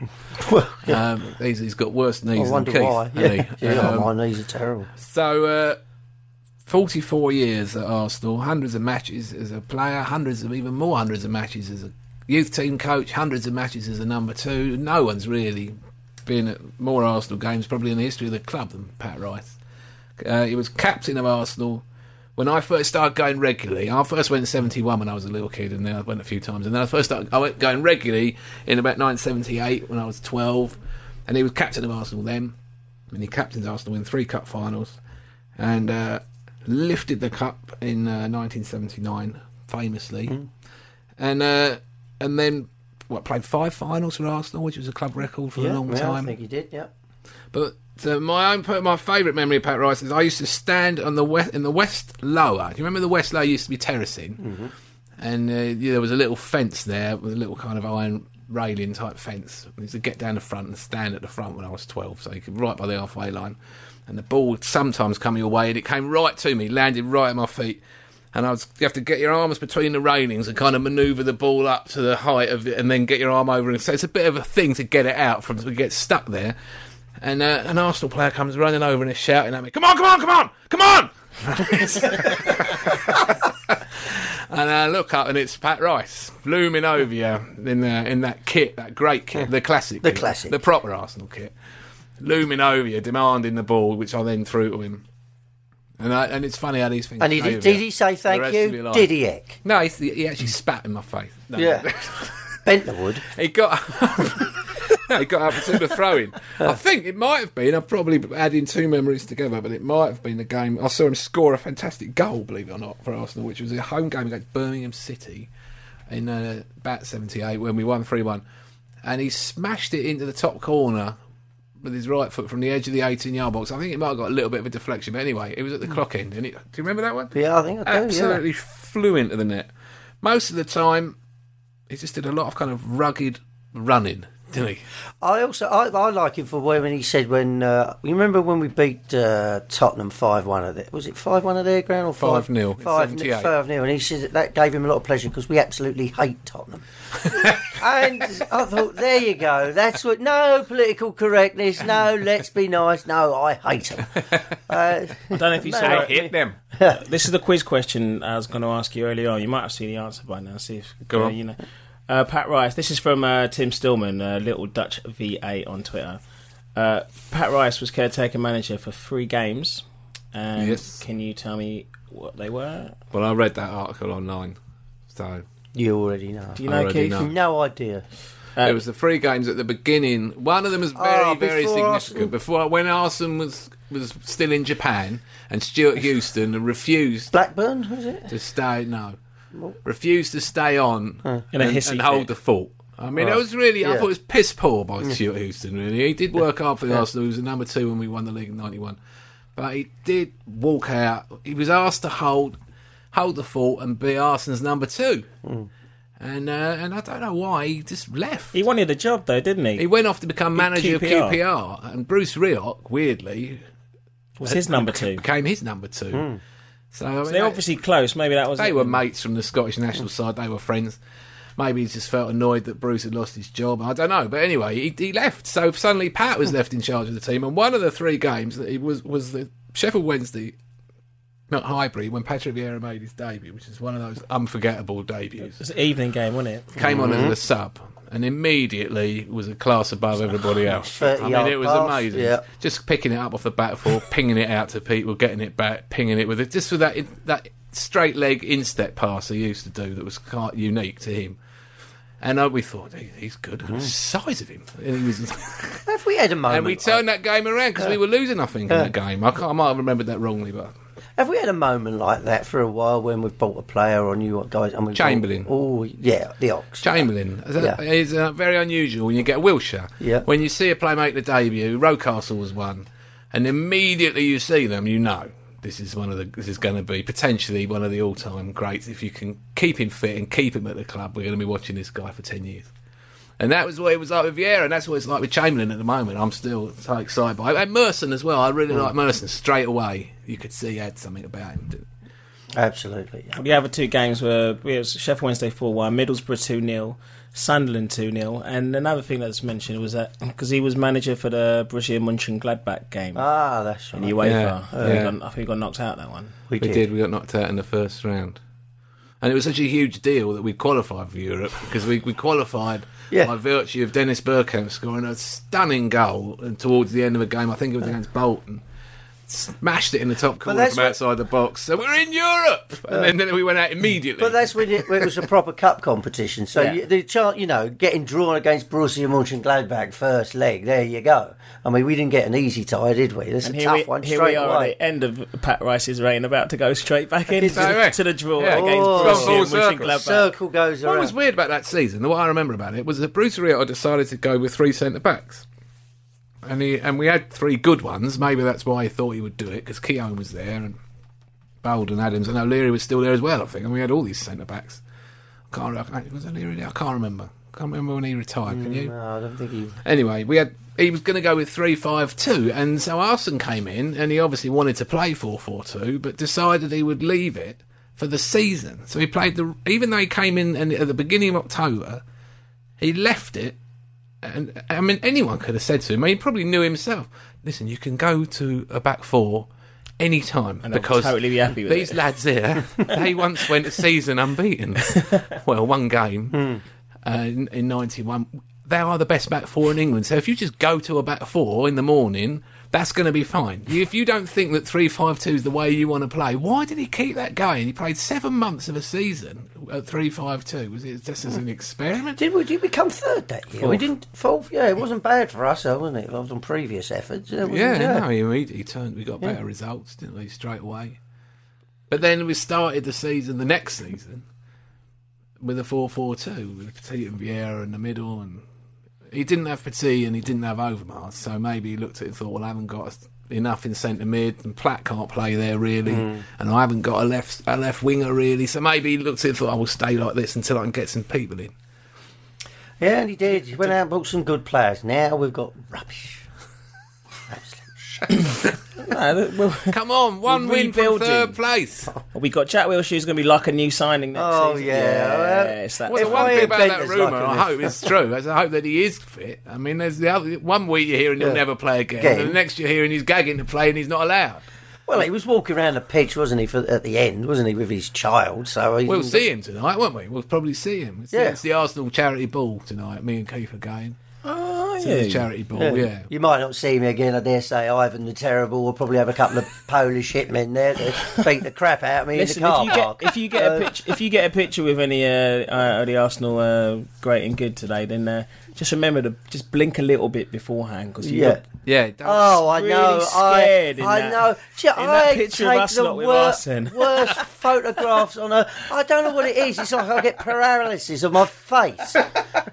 um, he's, he's got worse
I
knees than
wonder
Keith.
why.
hasn't
Yeah,
he?
Yeah,
Um,
my knees are terrible.
so, uh, 44 years at Arsenal, hundreds of matches as a player, hundreds of even more hundreds of matches as a youth team coach, hundreds of matches as a number two. No one's really been at more Arsenal games probably in the history of the club than Pat Rice. Uh, he was captain of Arsenal. When I first started going regularly, I first went in 71 when I was a little kid, and then I went a few times. And then I first started, I went going regularly in about 1978 when I was 12, and he was captain of Arsenal then. And he captained Arsenal in three cup finals and uh, lifted the cup in uh, 1979, famously. and uh, and then what played five finals for Arsenal, which was a club record for a
yeah,
long
yeah, I
time.
think he did. Yeah.
But uh, my own, per- my favourite memory of Pat Rice is I used to stand on the west in the west lower. Do you remember the west lower used to be terracing, and uh, yeah, there was a little fence there with a little kind of iron railing type fence. I used to get down the front and stand at the front when I was twelve, so you could right by the halfway line. And the ball would sometimes come your way, and it came right to me, landed right at my feet. And I was you have to get your arms between the railings and kind of manoeuvre the ball up to the height of it, and then get your arm over. And so it's a bit of a thing to get it out from to get stuck there. And uh, an Arsenal player comes running over and is shouting at me, "Come on, come on, come on, come on!" and I look up and it's Pat Rice looming over you in uh, in that kit, that great kit, the classic,
The
kit,
classic.
the proper Arsenal kit, looming over you, demanding the ball, which I then threw to him. And I, and it's funny how these things.
And he
stay
did,
with
did
you
he say
the rest
thank
of your
you?
life.
Did he? Eck?
No, he, he actually spat in my face. No.
Yeah. Bentlerwood.
He got he got up and took the throw in. I think it might have been. I'm probably adding two memories together, but it might have been the game. I saw him score a fantastic goal, believe it or not, for Arsenal, which was a home game against Birmingham City in uh, about '78 when we won three-one, and he smashed it into the top corner. With his right foot from the edge of the 18 yard box. I think it might have got a little bit of a deflection, but anyway, it was at the clock end. And it, do you remember that one?
Yeah, I think I do. yeah.
absolutely flew into the net. Most of the time, he just did a lot of kind of rugged running, didn't he?
I also I, I like him for when he said when uh, you remember when we beat uh, Tottenham five one at it was it five one at their ground or
5-0, in
five
78.
five 0 and he said that, that gave him a lot of pleasure because we absolutely hate Tottenham and I thought there you go that's what no political correctness no let's be nice no I hate them uh,
I don't know if you saw
I
it.
hate
them. this is the quiz question I was going to ask you earlier on. You might have seen the answer by now. See if
Go
uh,
on.
you know. Uh, Pat Rice. This is from uh, Tim Stillman, uh, Little Dutch VA on Twitter. Uh, Pat Rice was caretaker manager for three games. And
Yes.
Can you tell me what they were?
Well, I read that article online, so
you already know
Do you
I
know,
already
Keith?
know.
no idea
it was the three games at the beginning. One of them was very,
Uh, Oh,
very
before
significant.
Arsenal-
Before when Arsenal was was still in Japan and Stuart Houston refused
Blackburn was it
to stay. No, refused to stay on
In a
and,
hissy
and hold
fit.
the fort. I mean, it was really. I
Yeah.
thought it was piss poor by Stuart Houston. Really, he did work hard for the Arsenal. He was the number two when we won the league in '91, but he did walk out. He was asked to hold hold the fort and be Arsenal's number two. And uh, and I don't know why he just left.
He wanted a job though, didn't he?
He went off to become manager
QPR.
of QPR, and Bruce Rioch, weirdly,
was his number two.
became his number two. So, I mean,
So they're
that-
obviously close. Maybe that was.
they were mates from the Scottish national side. They were friends. Maybe he just felt annoyed that Bruce had lost his job. I don't know. But anyway, he, he left. So suddenly Pat was left in charge of the team. And one of the three games that he was was the Sheffield Wednesday, not Highbury, when Patrick Vieira made his debut, which is one of those unforgettable debuts.
It was an evening game, wasn't it?
Came on as a sub and immediately was a class above everybody else. I mean, it was
30-yard pass,
amazing.
yeah.
Just picking it up off the back four, pinging it out to people, getting it back, pinging it with it. Just with that that straight leg instep pass he used to do that was quite unique to him. And uh, we thought, "He- he's good. Look at The size of him. And, he was,
have we had a moment
and we turned that game around because we were losing, I think, in that game. I, can't, I might have remembered that wrongly, but
Have we had a moment like that for a while when we've bought a player or new guys? And we've
Chamberlain.
Oh, yeah, the Ox.
Chamberlain is,
Yeah.
is uh, very unusual when you get a Wilshire.
Yeah.
When you see a player make the debut, Rocastle was one, and immediately you see them, you know this is one of the this is going to be potentially one of the all time greats. If you can keep him fit and keep him at the club, we're going to be watching this guy for ten years. And that was what it was like with Vieira, and that's what it's like with Chamberlain at the moment. I'm still so excited by it. And Merson as well. I really
Mm.
like Merson straight away. You could see he had something about him.
Absolutely. yeah.
The other two games were it was Sheffield Wednesday 4 1, Middlesbrough 2 0, Sunderland 2 0. And another thing that's mentioned was that because he was manager for the Borussia Munchen Gladbach game
Ah, that's
in
right.
UEFA,
Yeah,
I, think he
yeah.
got, I think he got knocked out that one.
we,
We
did.
did. We got knocked out in the first round, and it was such a huge deal that we qualified for Europe because we, we qualified
Yeah.
by virtue of Dennis Burkamp scoring a stunning goal towards the end of a game. I think it was against Bolton smashed it in the top corner
that's
from
what-
outside the box. So we're in Europe, and then, then we went out immediately.
Uh, But that's when it, when it was a proper cup competition. So
Yeah.
you, the chance, you know, getting drawn against Borussia Mönchengladbach first leg. There you go. I mean, we didn't get an easy tie, did we? This is
And
a
here
tough
we,
one
here
straight
we are
away.
at the end of Pat Rice's reign, about to go straight back into
Back
the,
away.
to the draw
Yeah.
against
Oh.
Borussia
Full circle.
Mönchengladbach.
Circle goes
What
around.
was weird about that season, what I remember about it, was that Bruce Rio decided to go with three centre backs. And he and we had three good ones. Maybe that's why he thought he would do it because Keown was there and Bold and Adams and O'Leary was still there as well. I think, and we had all these centre backs. I can't. I can't- Was O'Leary there? I can't remember. I can't remember when he retired. Can you?
No, I don't think he.
Anyway, we had he was going to go with three five two, and so Arson came in, and he obviously wanted to play four four two, but decided he would leave it for the season. So he played the even though he came in and at the beginning of October, he left it. And I mean, anyone could have said to him. He probably knew himself. Listen, you can go to a back four any time
I'll
because
totally be happy with
these
it.
lads here, they once went a season unbeaten. well, one game uh, in, in 91. They are the best back four in England. So if you just go to a back four in the morning, that's going to be fine. You- If you don't think that three five two is the way you want to play, why did he keep that going? He played seven months of a season at three five two. Was it just as an experiment?
Did we, did we come third that year? We
Fourth.
didn't fourth. Yeah, it wasn't bad for us, though, wasn't it? Like on previous efforts. Yeah, it wasn't-
Yeah, no, he immediately turned. We got better results, didn't we, straight away? But then we started the season, the next season, with a 4 4 2, with Petit and Vieira in the middle. and He didn't have Petit and he didn't have Overmars, so maybe he looked at it and thought, well, I haven't got enough in centre mid, and Platt can't play there really, and I haven't got a left a left winger really, so maybe he looked at it and thought, I will stay like this until I can get some people in.
Yeah, and he did. He went out and bought some good players. Now we've got rubbish. Absolute
No, look, well,
Come on, one
We're
win from
rebuilding.
third place.
we got Jack Wilshere's going to be like a new signing next
Oh,
season.
yeah.
it's that
Well, the
If
one
I
thing about
invent
that
this
rumor,
like
I
this-
hope it's true. is I hope that he is fit. I mean, there's the other one week you're hearing he'll
Yeah.
never play again,
Game.
and the next you're hearing he's gagging to play and he's not allowed.
Well, he was walking around the pitch, wasn't he, for, at the end, wasn't he, with his child? So he,
We'll see him tonight, won't we? We'll probably see him. It's,
Mm. Yeah.
it's the Arsenal charity ball tonight. Me and Keith are going.
Oh,
It's
yeah.
the charity ball, yeah.
You might not see me again, I dare say. Ivan the Terrible will probably have a couple of Polish hitmen there to beat the crap out of me
Listen,
in the car
if you
park.
get if you get a
Uh,
picture if you get a picture with any uh, uh, of the Arsenal uh, great and good today, then uh, just remember to just blink a little bit beforehand because you
Yeah.
look
Yeah, don't-
Oh, I
really
know.
scared in
I, I
that-
know. Gee,
in that
I
picture of
take
us
the
lot with
wor-
Arsene.
worst photographs on earth. I don't know what it is. It's like I get paralysis of my face.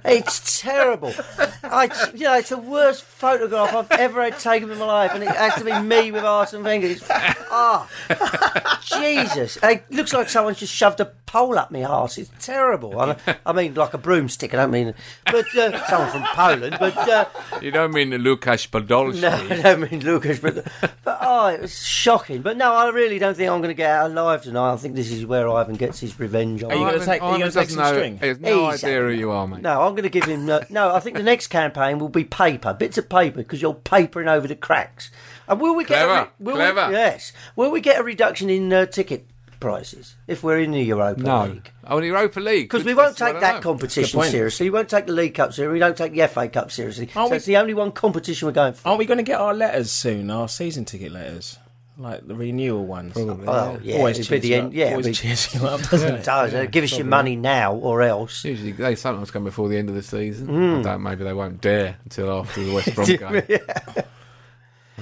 It's terrible. I, you know, it's the worst photograph I've ever had taken in my life, and it has to be me with Arsene Wenger. It's, ah, Jesus! It looks like someone's just shoved a pole up my arse. It's terrible. I, I mean, like a broomstick. I don't mean, but uh, someone from Poland. But. Uh,
you don't mean the Lukasz Podolski.
no, I don't mean Lucas, but, but oh, it was shocking. But no, I really don't think I'm going to get out alive tonight. I think this is where Ivan gets his revenge on.
Are you
me.
gonna take- are you gonna take some string?
He has no
He's-
idea who you are, mate.
No, I'm going to give him. Uh, no, I think the next campaign will be paper, bits of paper, because you're papering over the cracks. And will we get? A
Clever,
will
clever.
We, yes. Will we get a reduction in uh, ticket prices if we're in the Europa
No.
League?
Oh, the Europa League.
Because we
Good-
won't
that's
take
what I
that
know.
competition
Good point.
seriously. We won't take the League Cup seriously. We don't take the FA Cup seriously.
Aren't
so
we-
it's the only one competition we're going for.
Aren't we going to get our letters soon? Our season ticket letters, like the renewal ones.
Oh, yeah,
always
it'd
cheers
be the
you
end.
up.
Yeah,
always
it'd be-
cheers you up, doesn't it?
does. uh, give us your money now or else.
Usually they sometimes come before the end of the season.
Mm.
I don't, maybe they won't dare until after the West Brom game.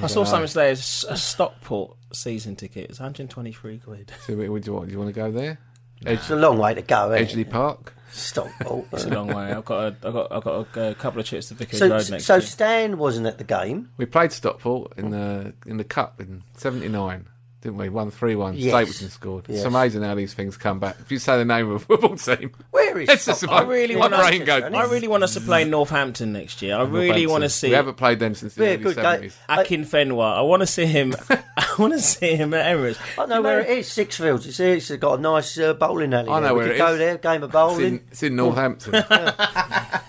I saw something today. it's A Stockport season ticket. It's 123 quid.
So, what do you want? Do you want to go there?
It's a long way to go, isn't it?
Edgley Park.
Stop. Oh,
It's a long way. I've got a, I've got, I've got a, couple of trips to Vicarage
so,
Road next
so
year.
Stan wasn't at the game.
We played Stockport in the in the cup in '79, didn't we? One three one.
Yes.
Stapleton scored.
Yes.
It's amazing how these things come back. If you say the name of a football team,
Where is
it's just
Stockport?
I
like,
really
my
want
brain
us.
goes.
I really want us to play Northampton next year. I really
Northampton.
want to see
We haven't played them since the
Yeah,
early
good game.
seventies.
Akinfenwa. I want to see him. I want to see him at Emirates.
I know where it is. Sixfields. It's, it's got a nice uh, bowling alley.
I know
there.
where
we
it
could go
is.
there. Game of
It's in,
bowling.
it's in Northampton.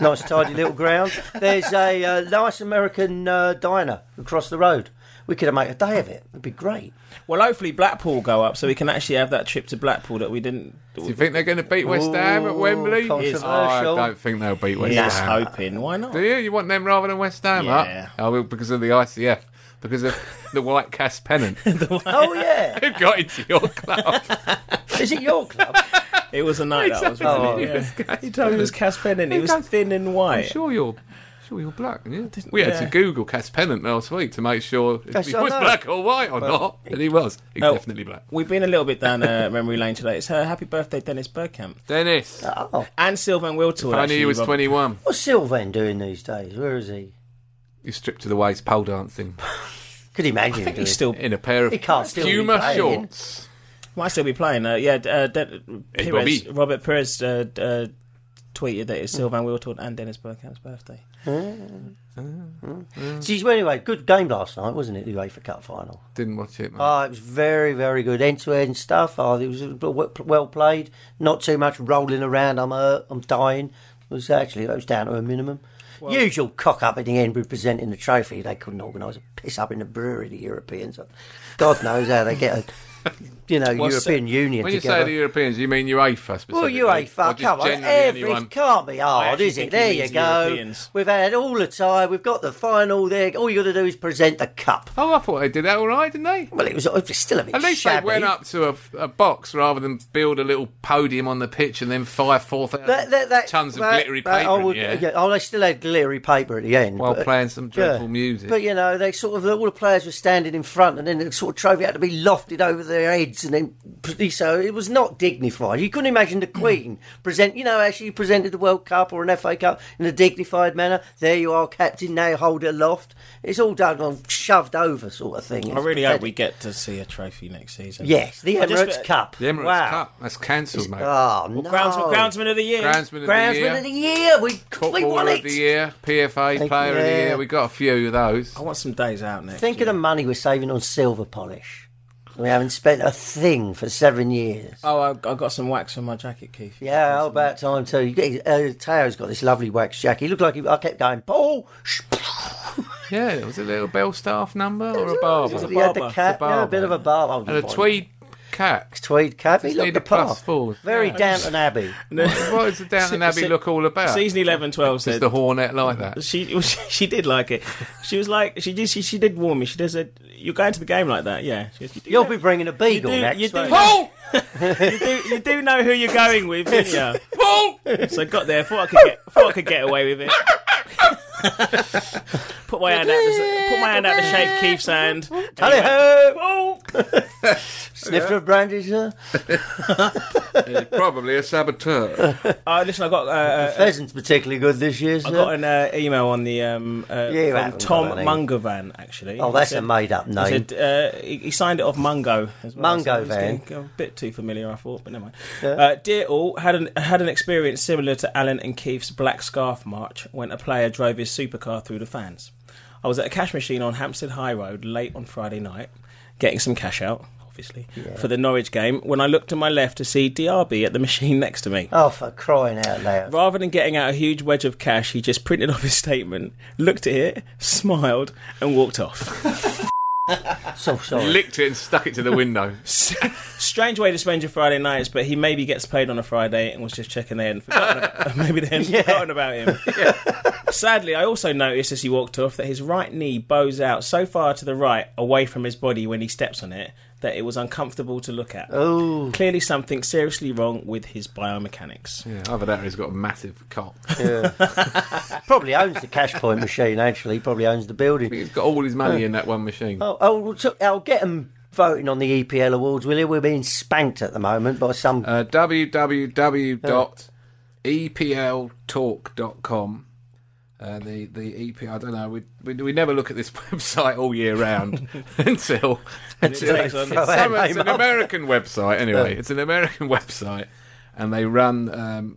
nice tidy little ground. There's a uh, nice American uh, diner across the road. We could make a day of it. It'd be great.
Well, hopefully Blackpool go up, so we can actually have that trip to Blackpool that we didn't.
Do you think they're going to beat West Ham at
Ooh,
Wembley? oh,
controversial.
I don't think they'll beat West
He's
Ham.
hoping. Why not?
Do you? You want them rather than West Ham?
Yeah.
Huh? Oh, well, because of the ICF. because of the white cast pennant
Oh yeah,
who got into your club.
is it your club?
It was a night that I was
Oh,
running. it. Yeah. He told me it was Cass Pennant. It was thin and
I'm
white.
sure you're. Sure, you're black. Yeah. We had to
yeah.
Google Cass Pennant last week to make sure if
Yes,
he
I
was
know.
black or white or not, and he was. He's
Oh.
definitely black.
We've been a little bit down uh, memory lane today. It's her happy birthday, Dennis Bergkamp.
Dennis,
Oh,
And Sylvan Wiltord.
I knew
actually,
he was
Rob.
21.
what's Sylvain doing these days? Where is he?
You stripped to the waist pole dancing
Could he imagine him doing
He's still,
in a pair of
He can't still be
Puma
playing.
shorts.
might still be playing. Uh, yeah, uh, De-
Hey,
Perez,
Bobby.
Robert Perez uh, d- uh, tweeted that it's Sylvan Wiltord and Dennis Bergkamp's birthday.
Geez, well, anyway, good game last night, wasn't it? The UEFA Cup final.
Didn't watch it. mate.
Oh, it was very, very good end to end stuff. Oh, it was w- well played. Not too much rolling around. I'm hurt. I'm dying. It was actually that was down to a minimum. Usual cock up at the end with presenting the trophy. They couldn't organise a piss up in the brewery. The Europeans, God knows how they get a you know
Well, so-
European Union
when you
together.
say the Europeans, you mean UEFA specifically?
Well, you ain't
Or
far.
just
Come on,
generally
every
anyone?
can't be hard,
actually
is it?
think he
There you
means
go.
Europeans.
We've had all the time. We've got the final there. All you got to do is present the cup.
Oh, I thought they did that all right, didn't they?
Well, it was, it was still a bit
At least
shabby.
they went up to a, a box rather than build a little podium on the pitch and then fire four
That, that,
thousand
that,
tons of
that-
glittery
that
paper.
I
in
would-
the air
yeah, oh, they still had glittery paper at the end.
While
but-
playing some dreadful
yeah.
music.
But you know, they sort of all the players were standing in front, and then the sort of trophy had to be lofted over their heads, and then so it was not dignified. You couldn't imagine the Queen present, you know, as she presented the World Cup or an FA Cup in a dignified manner. There you are, captain. Now you hold it aloft. It's all done on shoved over sort of thing.
I
It's
really hope
pathetic.
we get to see a trophy next season.
Yes, the
I just-
Emirates Cup.
the Emirates
wow.
Cup, that's cancelled, mate.
Oh no!
Grounds, Groundsman of the Year.
Groundsman of the year,
Groundsman of the year. We we won
footballer
it.
of the year, PFA
Thank-
player of the
yeah.
year. We got a few of those.
I want some days out next.
Think of
year.
the money we're saving on silver polish. We haven't spent a thing for seven years.
Oh, I, I got some wax for my jacket, Keith.
Yeah, how about time too? You get- Uh, Tao's got this lovely wax jacket. He looked like he, I kept going, Paul. Shh,
Yeah, it was a little bell staff number or a barber.
he had the
barber.
cat,
It's a
yeah, a bit of
barber.
a barber. Oh,
And a
boy.
tweed cat.
tweed cap. He
Just
looked
needed
the part.
plus fours.
Very
Yeah.
Downton Abbey.
What is the Downton Abbey look all about?
Season 11, 12
Is
said
the Hornet like that?
she, well, she she did like it. She was like she did she, she did warn me. She does said you're going to the game like that. Yeah, she goes, you do
You'll
know-
be bringing a beagle
do-
next.
you do
won't
Paul!
you do, you do know who you're going with, didn't you?
Paul!
So I got there, thought I could get thought I could get away with it. put my hand out, the, put my hand out to shake Keith's hand.
Tally ho!
Oh,
Sniffer of brandy, sir.
Probably a saboteur.
Oh, listen, I got uh, uh,
Pheasant's particularly good this year,
I
sir.
got an uh, email on the um, uh,
you
from
haven't
Tom
got any.
Mungovan actually.
oh, that's
He
a
said-
made-up
He
name.
said uh, he, he signed it off Mungo as well.
Mungo
I was
Van.
getting A bit too familiar, I thought, but never mind. Uh, Dear all, had an had an experience similar to Alan and Keith's Black Scarf March when a player drove his supercar through the fans. I was at a cash machine on Hampstead High Road late on Friday night, getting some cash out. Obviously, for the Norwich game, when I looked to my left to see DRB at the machine next to me.
Oh, for crying out loud!
Rather than getting out a huge wedge of cash, he just printed off his statement, looked at it, smiled, and walked off.
So sorry.
Licked it and stuck it to the window.
Strange way to spend your Friday nights, but he maybe gets paid on a Friday and was just checking they hadn't forgotten about, maybe they hadn't forgotten about him. Sadly, I also noticed as he walked off that his right knee bows out so far to the right, away from his body when he steps on it, that it was uncomfortable to look at.
Oh,
Clearly, something seriously wrong with his biomechanics.
Yeah, either that or he's got a massive cock.
probably owns the cash point machine. Actually, probably owns the building.
He's got all his money in that one machine.
Oh, oh well, so I'll get them voting on the EPL awards. Will you? We're being spanked at the moment by some.
Uh, E www.epltalk.com. Uh, the the EP, I don't know. We, we we never look at this website all year round until until
takes on-
it's some-
Throw our
it's
name
an
up.
American website anyway. It's an American website, and they run um,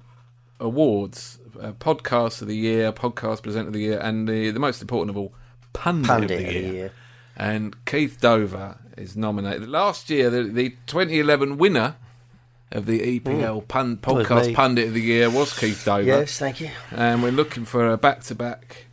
awards, uh, podcast of the year, podcast presenter of the year, and the the most important of all, pundit,
Pundit
of
of the
the year.
year.
And Keith Dover is nominated. Last year, the, the 2011 winner of the EPL pun, podcast
Hmm. me.
pundit of the year was Keith Dover.
yes, thank you.
And we're looking for a back to back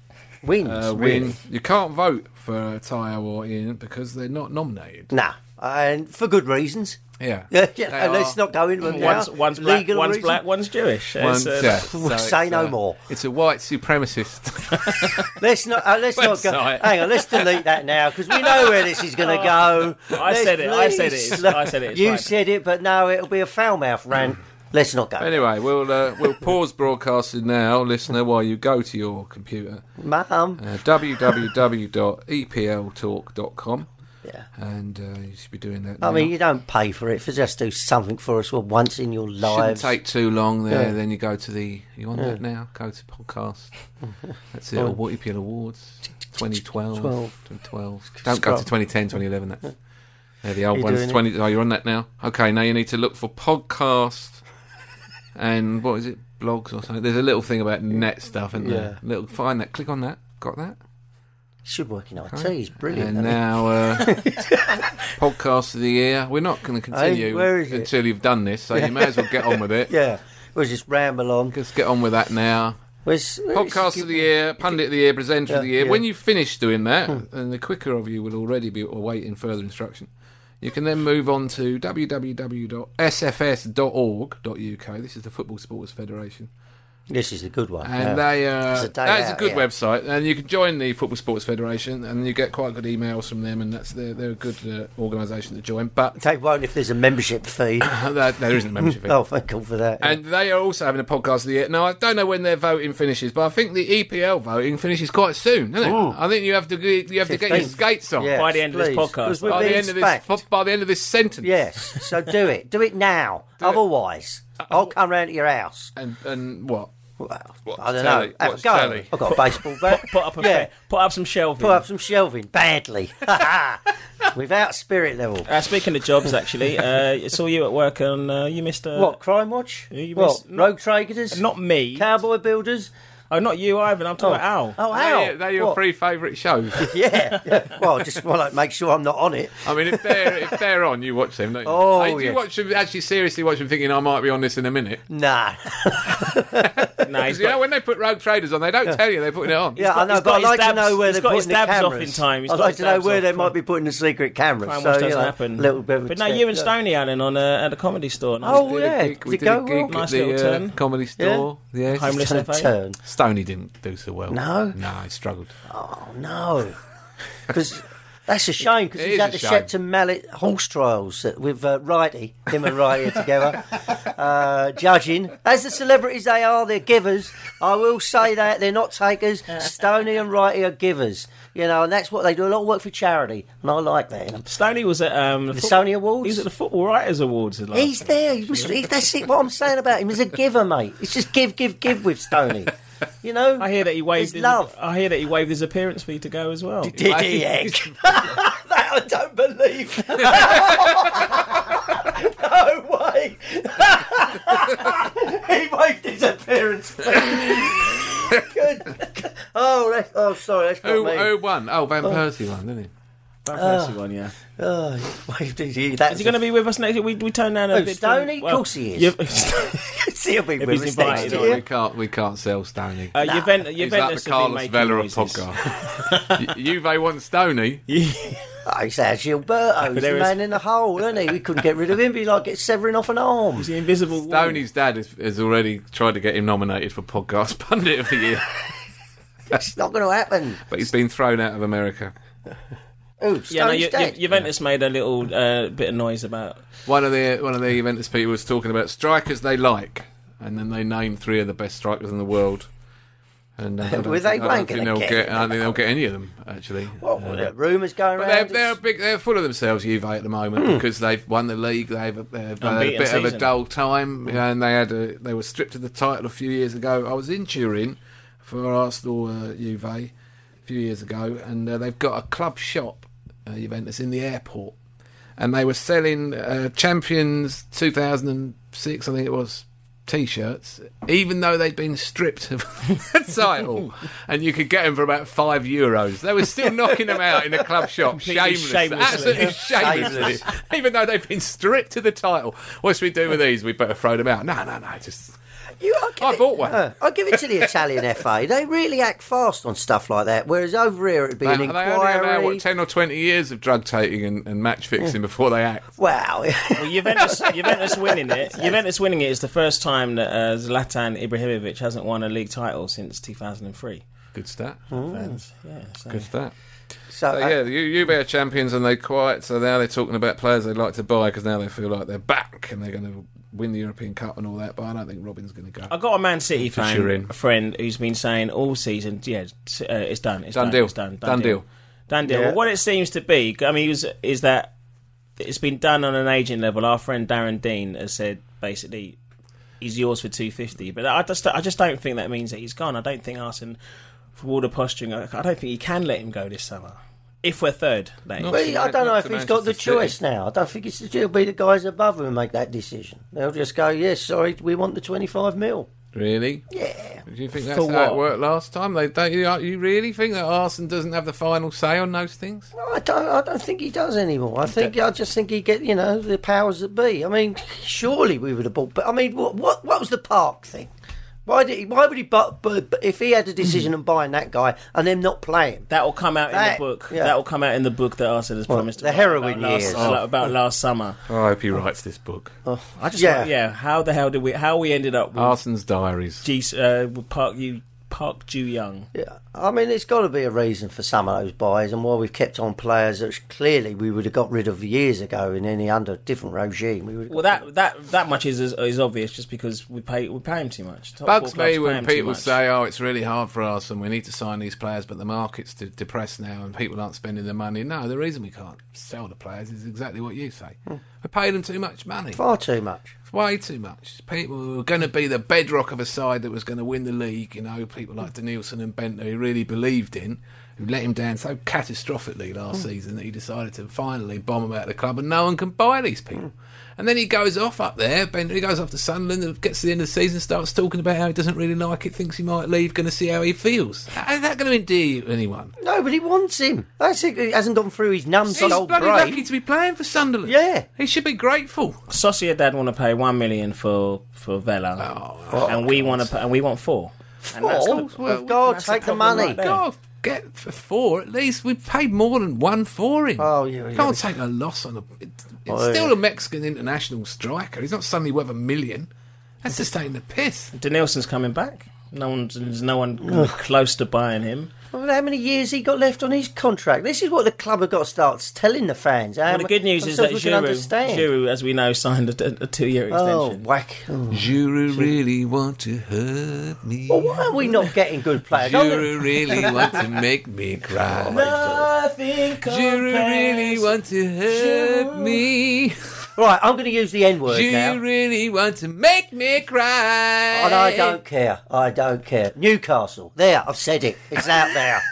Wins.
Uh,
win.
really.
You can't vote for Tayo or Ian because they're not nominated.
Nah, and for good reasons.
Yeah.
Yeah, yeah.
They
And let's
are-
not go into them now.
One's, one's black,
Legal
one's
reason-
black, one's Jewish.
One-
It's, uh,
yeah,
say
it's,
no
uh,
more.
It's a white supremacist.
Let's not. Uh, let's not go.
Website.
Hang on. Let's delete that now because we know where this is going to go.
Oh, I
Let's
said it, I said it,
please-
it's- I said it, it's
You
fine. Mm.
said it, but now it'll be a foul mouth rant. let's not go.
anyway, we'll uh, we'll pause broadcasting now, listener, while you go to your computer.
Mum.
Uh, E www.epltalk.com.
Yeah.
And uh, you should be doing that.
I
now.
mean, you don't pay for it. For just do something for us well, once in your
Shouldn't
lives.
take too long there.
Yeah.
Then you go to the. You on that now? Go to podcast. That's it. Or what EPL Awards 2012.
12.
2012. Don't go to 2010, 2011. That's they're the old
You doing
ones.
it?
20. Oh, you're on that now. Okay, now you need to look for podcast and what is it? Blogs or something. There's a little thing about net stuff, isn't there? Little find that. Click on that. Got that.
Should work in IT. It's brilliant.
And
isn't it?
now, uh, podcast of the year. We're not going to continue
where is it?
until you've done this, so you may as well get on with it.
yeah. We'll just ramble on.
Let's get on with that now.
Where's, where's
Podcast of the year, pundit of the year, presenter of the
Yeah,
year.
yeah. Hmm.
When you finish doing that, and the quicker of you will already be awaiting further instruction, you can then move on to www.sfs.org.uk. This is the Football Supporters Federation,
This is the good one. yeah.
and they uh,
It's a day
that's a
out,
good
yeah.
website. And you can join the Football Supporters Federation, and you get quite good emails from them, and that's they're, they're a good uh, organisation to join. But
They won't if there's a membership fee.
there there isn't a membership. fee.
oh, thank God for that.
And they are also having a podcast of the year. Now, I don't know when their voting finishes, but I think the EPL voting finishes quite soon, doesn't it? I think you have to get, you have to get your
15th.
skates on.
Yes,
By the end of this
please,
podcast,
'cause we're
By the
being
end of this,
spanked.
by the end of this sentence,
Yes. So do it. Do it now. Otherwise,
Uh,
I'll come round to your house.
and and what?
Well,
Watch
I don't
telly,
know. Have a
watch
go.
telly.
I've got a baseball bat.
Put up a
yeah.
put up some shelving.
Put up some shelving badly. Without spirit level.
Uh, speaking of jobs, actually, uh, it's all you at work, and uh, you missed uh,
What, Crime Watch?
You
what,
miss-
Rogue Traders?
Not me.
Cowboy Builders?
oh, not you, Ivan. I'm talking about Al.
Oh, how?
They, they're your
What?
three favourite shows.
Yeah. yeah. Well, I just want to make sure I'm not on it.
I mean, if they're if they're on, you watch them, don't you?
Oh,
Hey, do you
yes.
watch them, actually seriously watch them, thinking I might be on this in a minute.
Nah. Oh.
no, he's
'Cause, you know,
got,
when they put Rogue Traders on, they don't tell you they're putting it on.
Yeah, I know,
he's
but
got
I'd
his
like
dabs-
to know where
he's
they're
got
putting
his
the
dabs off
cameras.
in time. He's
I'd
got
like
his
to know
dabs
where
off.
they might be putting the secret cameras.
Crime
so,
Watch
you
doesn't
know,
happen.
Little bit of a
But no,
tip,
you and
yeah.
Stony Allen on uh, at the comedy store. nice
Oh,
We did a
yeah.
gig-
Did
we
it
did a
go
gig
well?
Nice
at the
little
uh,
turn.
comedy store. Yes.
Homeless
Turn,
FA.
turn.
Stoney didn't do so well.
No?
no, he struggled.
No, because that's a shame. Because
It
he's
is
at
a
the
shame.
Shepton Mallet horse trials that- with uh, Righty, him and Righty are together, uh, judging. As the celebrities they are, they're givers. I will say that they're not takers. Stoney and Righty are givers. You know, and that's what they do. A lot of work for charity, and I like that. in 'em.
Stoney was at um, the,
The
foot-
Stoney Awards.
He was at the Football Writers Awards. Last
He's
year.
there. He was, he, that's it. What I'm saying about him. He's a giver, mate. It's just give, give, give with Stoney. You know.
I hear that he waved.
There's
His,
love.
I hear that he waved his appearance fee to go as well.
Did he egg? that I don't believe. no way. he made his appearance. Good. Oh, that's, oh, sorry, that's not
Who,
me.
who won? Oh, Van Persie won, didn't he?
That fancy one, yeah.
Oh, he waved his ear. That's
Is he going to be with us next year? We, we turned down a
Who,
bit.
Stoney? Course he is.
Ju-
he'll be
If
with us
he's
next
invited,
year.
Yeah.
We can't. We can't sell Stoney.
Uh, Juventus,
He's like the
Juventus have been
Carlos
making
Vela of
noises.
podcast. Y- Juve want Stoney.
Oh, he's our Gilberto. He's
there
the
is-
man in the hole, isn't he? We couldn't get rid of him. He'd be like get severing off an arm.
The invisible wall.
Stoney's dad has, has already tried to get him nominated for podcast pundit of the year,
It's not going to happen.
but he's been thrown out of America.
Ooh,
Yeah, no,
Stoney's
Ju-
dead.
Ju- Juventus made a little uh, bit of noise about.
One of the one of the Juventus people was talking about strikers they like, and then they named three of the best strikers in the world. And uh, I don't
Well, they
think- I don't
ain't
think
gonna
they'll
get
get.
it.
I don't think they'll get any of them actually.
Oh, well, there are rumours going
But they're,
around.
they're, a big, they're full of themselves, Juve, at the moment, because they've won the league. They've, they've had a
Hmm. Unbeaten
bit of a
season. Hmm.
dull time, and they had a, they were stripped of the title a few years ago. I was in Turin for Arsenal uh, Juve a few years ago, and uh, they've got a club shop, uh, Juventus, in the airport, and they were selling uh, Champions 2006, I think it was, t-shirts, even though they'd been stripped of the title, and you could get them for about five euros. They were still knocking them out in a club shop, shamelessly,
shamelessly.
absolutely shamelessly, even though they've been stripped of the title. What should we do with these? We better throw them out. No, no, no, just.
You, I'll give
I
it-
bought one.
uh, I'll give it to the Italian FA. They really act fast on stuff like that, whereas over here it'd be
They,
an
they only allow,
inquiry.
what, 10 or 20 years of drug taking and, and match fixing before they act.
wow.
Well, Juventus, Juventus winning it. Juventus winning it is the first time that uh, Zlatan Ibrahimovic hasn't won a league title since 2003.
Good stat.
Fans, yeah, so.
Good stat.
so,
So,
uh,
yeah, the U- Juve are champions and they quiet, so now they're talking about players they'd like to buy because now they feel like they're back and they're going to win the European Cup and all that, but I don't think Robin's going to go.
I got a Man City
For
fan,
sure in.
a friend who's been saying all season, "Yeah, it's, uh, it's done, it's
Done
done,
deal.
it's done,
Done deal.
done deal."
Yeah.
Well, what it seems to be, I mean, is, is that it's been done on an agent level. Our friend Darren Dean has said basically he's yours for two fifty, but I just I just don't think that means that he's gone. I don't think Arsene, for all the posturing, I I don't think he can let him go this summer. If we're third, that is.
No.
but
to
I
Man-
don't know
not
if
to
he's got the
Manchester
choice
City.
now. I don't think it's it'll be the guys above who make that decision. They'll just go, "Yes, sorry, we want the twenty-five mil."
Really?
Yeah.
Do you think that's
For
how it
what?
worked last time? They don't. You, you really think that Arsene doesn't have the final say on those things?
No, I don't. I don't think he does anymore. I think I just think he get you know the powers that be. I mean, surely we would have bought. But I mean, what what, what was the park thing? Why did he, why would he? But, but if he had a decision on buying that guy and them not playing,
That will come out
That-
in the book.
yeah.
That will come out in the book that Arsene has promised. to
the
write
heroin
about
years.
last, about last summer.
Oh, I hope he writes this book.
I just
Yeah.
yeah. yeah. How the hell did we? How we ended up with
Arsene's diaries.
G, uh, with Park you Park Ju Young?
yeah, I mean, there's got to be a reason for some of those buys and why we've kept on players that clearly we would have got rid of years ago in any under different regime. We would have
Well, that that that much is is, is obvious just because we pay we pay him too much. Top four
Bugs
clubs
me
pay
when
him too
people
much.
say, "Oh, it's really hard for Arsenal. We need to sign these players, but the market's de- depressed now, and people aren't spending their money." No, the reason we can't sell the players is exactly what you say.
Hmm.
We pay them too much money.
far too much.
It's way too much. People who were going to be the bedrock of a side that was going to win the league, you know, people like Danielson and Bent, who he really believed in, who let him down so catastrophically last
Hmm.
season that he decided to finally bomb him out of the club, and no one can buy these people. And then he goes off up there, Bent, he goes off to Sunderland, and gets to the end of the season, starts talking about how he doesn't really like it, thinks he might leave, going to see how he feels. How's that going to endear you to anyone?
Nobody wants him. That's it. He hasn't gone through his numbed
He's
old
bloody lucky
brain.
to be playing for Sunderland.
Yeah.
He should be grateful.
Sociedad want to pay one million for for Vela, and we want to and we want four. And that's
Oh, Four?
the-
Well,
God,
that's the
take the
problem
money.
right there.
God, get for four at least. We paid more than one for him.
Oh, yeah, yeah.
Can't take a loss on a. It's
Oh,
still
yeah.
a Mexican international striker. He's not suddenly worth a million. That's just taking the piss.
Uh, Danielson's coming back. No one's there's no one close to buying him.
Well, how many years he got left on his contract? This is what the club have got to start telling the fans.
Well, the good news is that
we can
Giroud,
understand.
Giroud, as we know, signed a, a two-year
oh,
extension.
whack! Oh.
Juru really want to hurt me.
Well, why are we not getting good players? Don't we-
Juru really want to make me cry.
Nothing
Juru really want to hurt me.
Right, I'm going to use the N word now,
Juru really want to make me cry.
and Oh, I don't care. I don't care. Newcastle, there, I've said it. It's out there.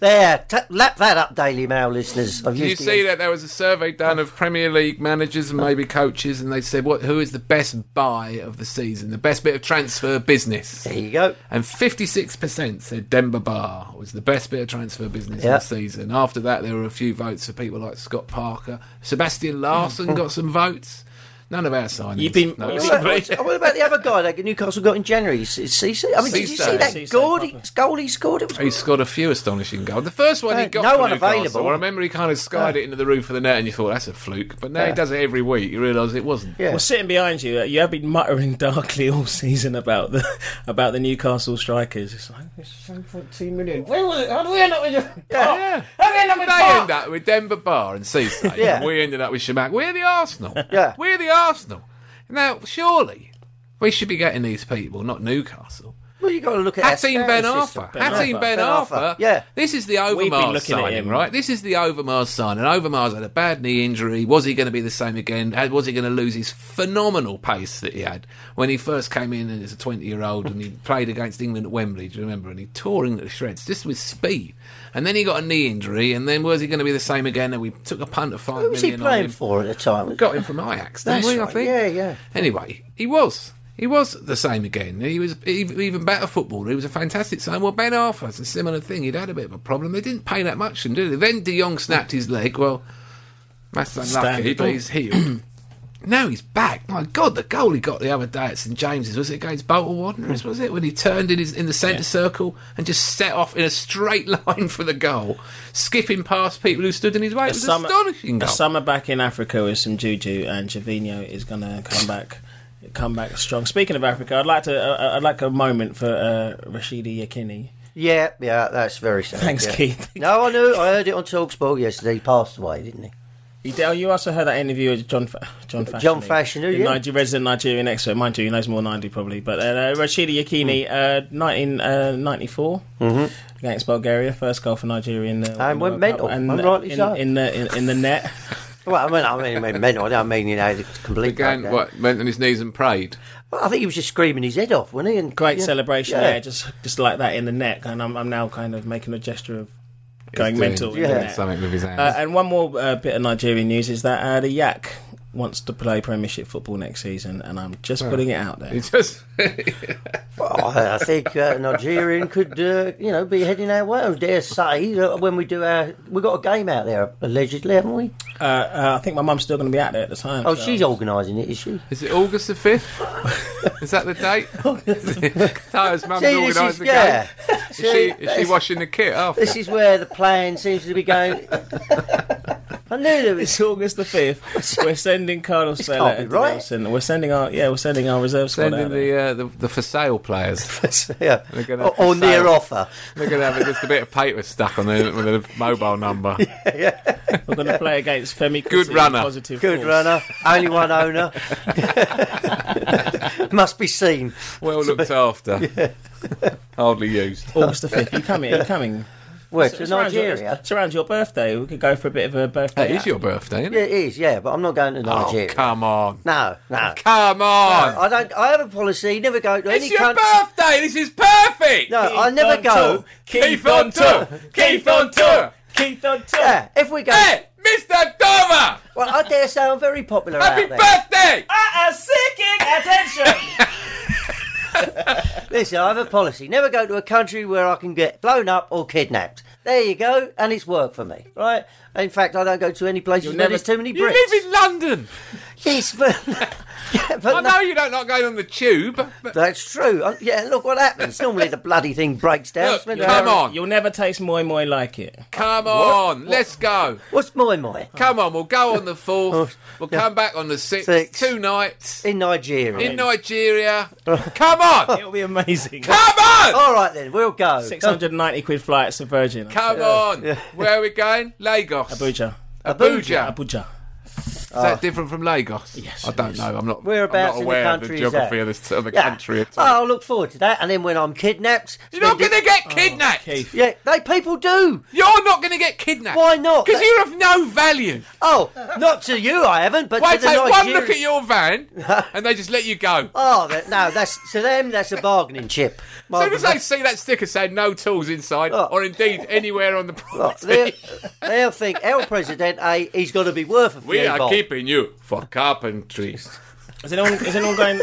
there, t- lap that up, Daily Mail listeners. I've
Did you
used the
see
N-
that there was a survey done of Premier League managers and maybe coaches, and they said what who is the best buy of the season, the best bit of transfer business,
There you go.
and fifty six percent said Denver Bar was the best bit of transfer business
Yeah.
of the season. After that, there were a few votes for people like Scott Parker, Sebastian Larson got some votes. None of our signings.
You've been-
No,
you've
What about, what- what about the other guy that Newcastle got in January? It's- it's Cisse. I mean, did you
Cisse.
see that
Cisse,
goal he, goal he scored? It was
He scored a few astonishing goals. The first one he
Uh,
got
no
for
one
Newcastle,
available. Uh.
I remember he kind of skied it into the roof of the net, and you thought that's a fluke. But now he does it every week. You realise it wasn't.
Yeah.
Well, sitting behind you, uh, you have been muttering darkly all season about the about the Newcastle strikers. It's like it's 7.2 million. Where was it? How do we end up with your-
Yeah.
Yeah.
How do we end up with
They
Park?
end up with Denver Bar and Seaside.
Yeah.
and we ended up with Shemak. We're the Arsenal.
Yeah.
We're the Arsenal. Now, surely, we should be getting these people, not Newcastle.
Well, you got to look at our
Hatim Oh. Ben
scouting
Arfa.
system.
Hatim Ben Arfa.
Yeah.
This is the
We've been
Overmars
looking at
signing,
him.
right? This is the Overmars signing. Overmars had a bad knee injury. Was he going to be the same again? Had- Was he going to lose his phenomenal pace that he had when he first came in as a 20 year old and he played against England at Wembley? Do you remember? And he tore England to shreds just with speed. And then he got a knee injury. And then was he going to be the same again? And we took a punt of five million.
Who was he
on
playing
him.
for at the time?
We got him from Ajax, didn't
That's
we? I
right.
think.
Yeah, yeah.
Anyway, he was. He was the same again. He was ev- even better footballer. He was a fantastic sign. Well, Ben Arthur's a similar thing. He'd had a bit of a problem. They didn't pay that much, for him, did they? Then De Jong snapped his leg. Well, that's unlucky,
Standard.
but he's healed. Now he's back. My God, the goal he got the other day at St James's was it against Bolton Wanderers? Was it when he turned in his in the centre circle and just set off in a straight line for the goal, skipping past people who stood in his way? It was astonishing
a
goal.
summer back in Africa with some juju, and Javinho is going to come back, come back strong. Speaking of Africa, I'd like to, uh, I'd like a moment for uh, Rashidi Yakini.
Yeah, yeah, that's very sad.
Thanks,
yeah.
Keith.
No, I knew. I heard it on Talksport yesterday. He passed away, didn't he?
You, Dale, you also heard that interview with John Fa- John Fashion.
John Fashanu, yeah.
Niger- resident Nigerian expert. Mind you, he knows more than I do probably. But uh, Rashidi Yakini,
Hmm.
uh, 1994 against Bulgaria, first goal for Nigerian. Uh,
Mm-hmm. And went
World Cup.
mental, and rightly
in,
so.
in the in, in the net.
Well, I mean, I mean, I mean, mental. I don't mean you know, it's a complete.
Again,
breakdown.
what went on his knees and prayed.
Well, I think he was just screaming his head off, wasn't he? And
Great
yeah,
celebration there, just just like that in the net. And I'm, I'm now kind of making a gesture of going
doing-
mental. in
doing
the net.
something with his hands.
Uh, and one more uh, bit of Nigerian news is that uh, the Yak wants to play Premiership football next season, and I'm just putting it out there.
he just
Well, I I think uh, Nigerian could, uh, you know, be heading our way. I dare say that when we do our, we got a game out there allegedly, haven't we?
Uh, uh, I think my mum's still going to be out there at the time.
Oh,
so-
she's organising it, is she?
Is it August the fifth? is that the date? Tyler's mum's
See, this
organised
is
the
yeah.
game. Is
See,
she, is she
this-
washing the kit after?
This is where the plan seems to be going. I knew there was.
It's August the fifth. We're sending Carlos
This
Sela
can't be
and
right.
Wilson. We're sending our yeah, we're sending our reserve squad
Sending
out there.
the, uh, the the for sale players.
Yeah,
They're gonna
or,
have to
or near
sail.
offer.
They're going to have just a bit of paper stuck on their, with a mobile number.
We're going to play against Femi.
Good
Kuti,
runner.
positive
Good
force.
runner, only one owner. Must be seen.
Well looked after. Hardly used.
August the fifth. You coming? You coming?
Where
So
to
it's around your-
Nigeria?
it's around your birthday. We could go for a bit of a birthday.
That is
out.
your birthday, isn't
Yeah,
it?
it is. Yeah, but I'm not going to
Oh,
Nigeria.
come on.
no, no.
Come on.
I don't. I have a policy. Never go to
it's
any
your
country.
birthday. This is perfect.
No,
Keith
I never
on
go.
tour.
Keith on tour. Keith on tour.
Keith on tour.
Yeah, if we go,
Hey, Mr. Dover.
well, I dare say I'm very popular
Happy
out there.
birthday.
I am seeking attention.
Listen, I have a policy. Never go to a country where I can get blown up or kidnapped. There you go, and it's worked for me, right? In fact, I don't go to any places
You'll
where
never-
there's too many
You
bricks.
live in London.
Yes, but, yeah, but
I
no-
know you don't like going on the tube, but
that's true. Uh, Yeah, look what happens. Normally the bloody thing breaks down.
Look,
Spend
you
an
come
hour-
on.
You'll never taste moi moi like it.
Come on, let's go.
What's my my
Come on, we'll go on the fourth. We'll come back on the sixth.
Oh, Six. Oh.
Two nights
in Nigeria?
in Nigeria. Come on,
It'll be amazing.
come on,
All right then, we'll go.
690 quid flights to Virgin.
come on. Where are we going? Lagos.
Abuja.
Abuja.
Abuja.
Is that different from Lagos?
Yes,
I
it
don't
is.
know. I'm not.
Oh. Whereabouts
I'm
in
not
the
aware
country is
of the geography
that?
of this of the
Yeah.
country at
Oh,
all.
I'll look forward to that. And then when I'm kidnapped,
You're not
spend
going
it-
to
Oh,
get kidnapped.
Keith.
Yeah, they people do.
You're not going to get kidnapped.
Why not?
Because
They-
you're of no value.
Oh, not to you, I haven't. But
Why
to the
take one
Nigerian.
look at your van and they just let you go.
Oh, that, no, that's to them. That's a bargaining chip.
As soon as they see that sticker saying no tools inside,
Oh.
or indeed anywhere on the property,
They'll, they'll think El Presidente, he's got to be worth a few
we are
bob.
keeping you for carpentry.
Is anyone, is anyone going...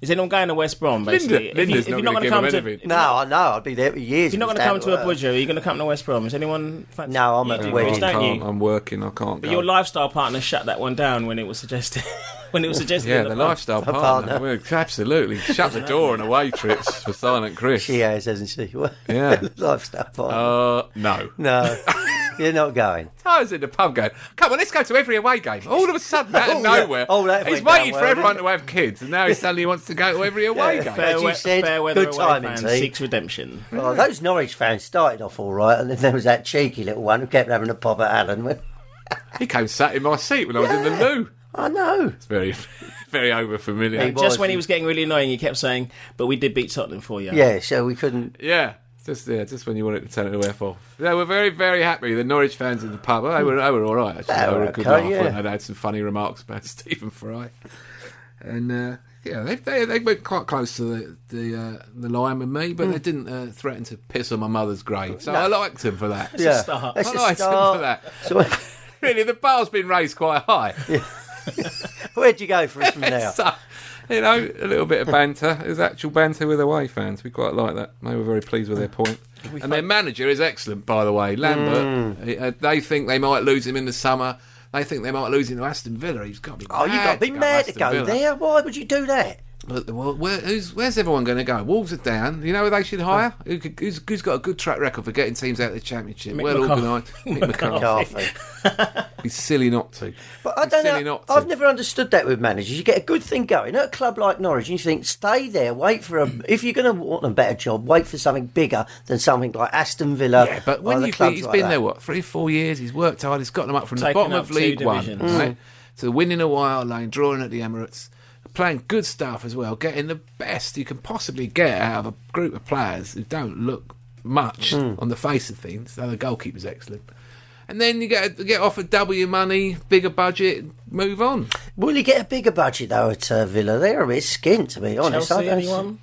Is anyone going to West Brom, basically?
Linda- Linda's not gonna
gonna
give
come
him
to,
anything.
if
No, I know. I'll be there for years.
you're not going to
if
come
it's
to
that
Abuja, are you going to come to West Brom? Is anyone... Fancy?
No, I'm
You
at
do,
work.
Chris,
I
don't you?
I'm working. I can't.
But your lifestyle partner shut that one down when it was suggested. when it was suggested.
yeah,
in
the
the
lifestyle partner.
partner.
We're- absolutely. Shut the door on away trips for Silent Chris.
She has, hasn't she?
Yeah.
Lifestyle
Uh,
partner.
no.
no, you're not going.
I was in the pub going, come on, let's go to every away game. All of a sudden, out of
Oh, yeah.
nowhere,
Oh, that
he's
went down
waited
well,
for everyone
didn't
to have kids, and now he suddenly wants to go to every away game.
As
Fair
you
we-
said,
fair weather
good
away
timing,
fan
T.
seeks redemption.
Well, those Norwich fans started off all right, and then there was that cheeky little one who kept having a pop at Alan.
He came sat in my seat when I was in the loo.
I know.
It's very, very over familiar.
He was,
Just when he was getting really annoying, he kept saying, but we did beat Tottenham for you.
Yeah, so we couldn't.
Yeah. Just yeah, just when you wanted to turn it away for. Yeah, we're very, very happy. The Norwich fans in the pub, they were, they were all right. Actually,
They
they
were
were a good
okay,
laugh.
yeah.
weren't they? They had some funny remarks about Stephen Fry, and uh, yeah, they, they they went quite close to the the, uh, the line with me, but they
Hmm.
didn't uh, threaten to piss on my mother's grave. So I liked them for that.
yeah,
start.
That's
I
a
liked them for
start.
that.
So,
Really, the bar's been raised quite high.
where'd you go for us from there?
So, you know, a little bit of banter. There's actual banter with away fans. We quite like that. They were very pleased with their point.
Mm.
And their manager is excellent, by the way, Lambert. He- uh, they think they might lose him in the summer. They think they might lose in Aston Villa. He's got to be.
Oh, you got to be mad to
Aston
go
Villa.
there. Why would you do that?
But well, where, who's, where's everyone going to go? Wolves are down. You know who they should hire? Who could, who's, who's got a good track record for getting teams out of the championship?
Mick
well
McCarthy.
organised. Mick McCarthy.
Coffee.
He's silly not to.
But I
He's
don't
silly
know.
not to.
I've never understood that with managers. You get a good thing going at a club like Norwich, and you think, stay there, wait for a. If you're going to want a better job, wait for something bigger than something like Aston Villa.
Yeah, but
or
when
other
you've been,
clubs
he's
like
been
that.
there what three, four years. He's worked hard. He's got them up from the
Taken
bottom
up
of
two
League One,
divisions.
Mm-hmm.
right, to winning a wild lane, drawing at the Emirates, playing good stuff as well, getting the best you can possibly get out of a group of players who don't look much
Mm.
on the face of things. So the goalkeeper's excellent. And then you get get offered W money, bigger budget, move on.
Will he get a bigger budget though at uh, Villa? They're a bit skint, to be honest.
Chelsea,
I don't-
anyone?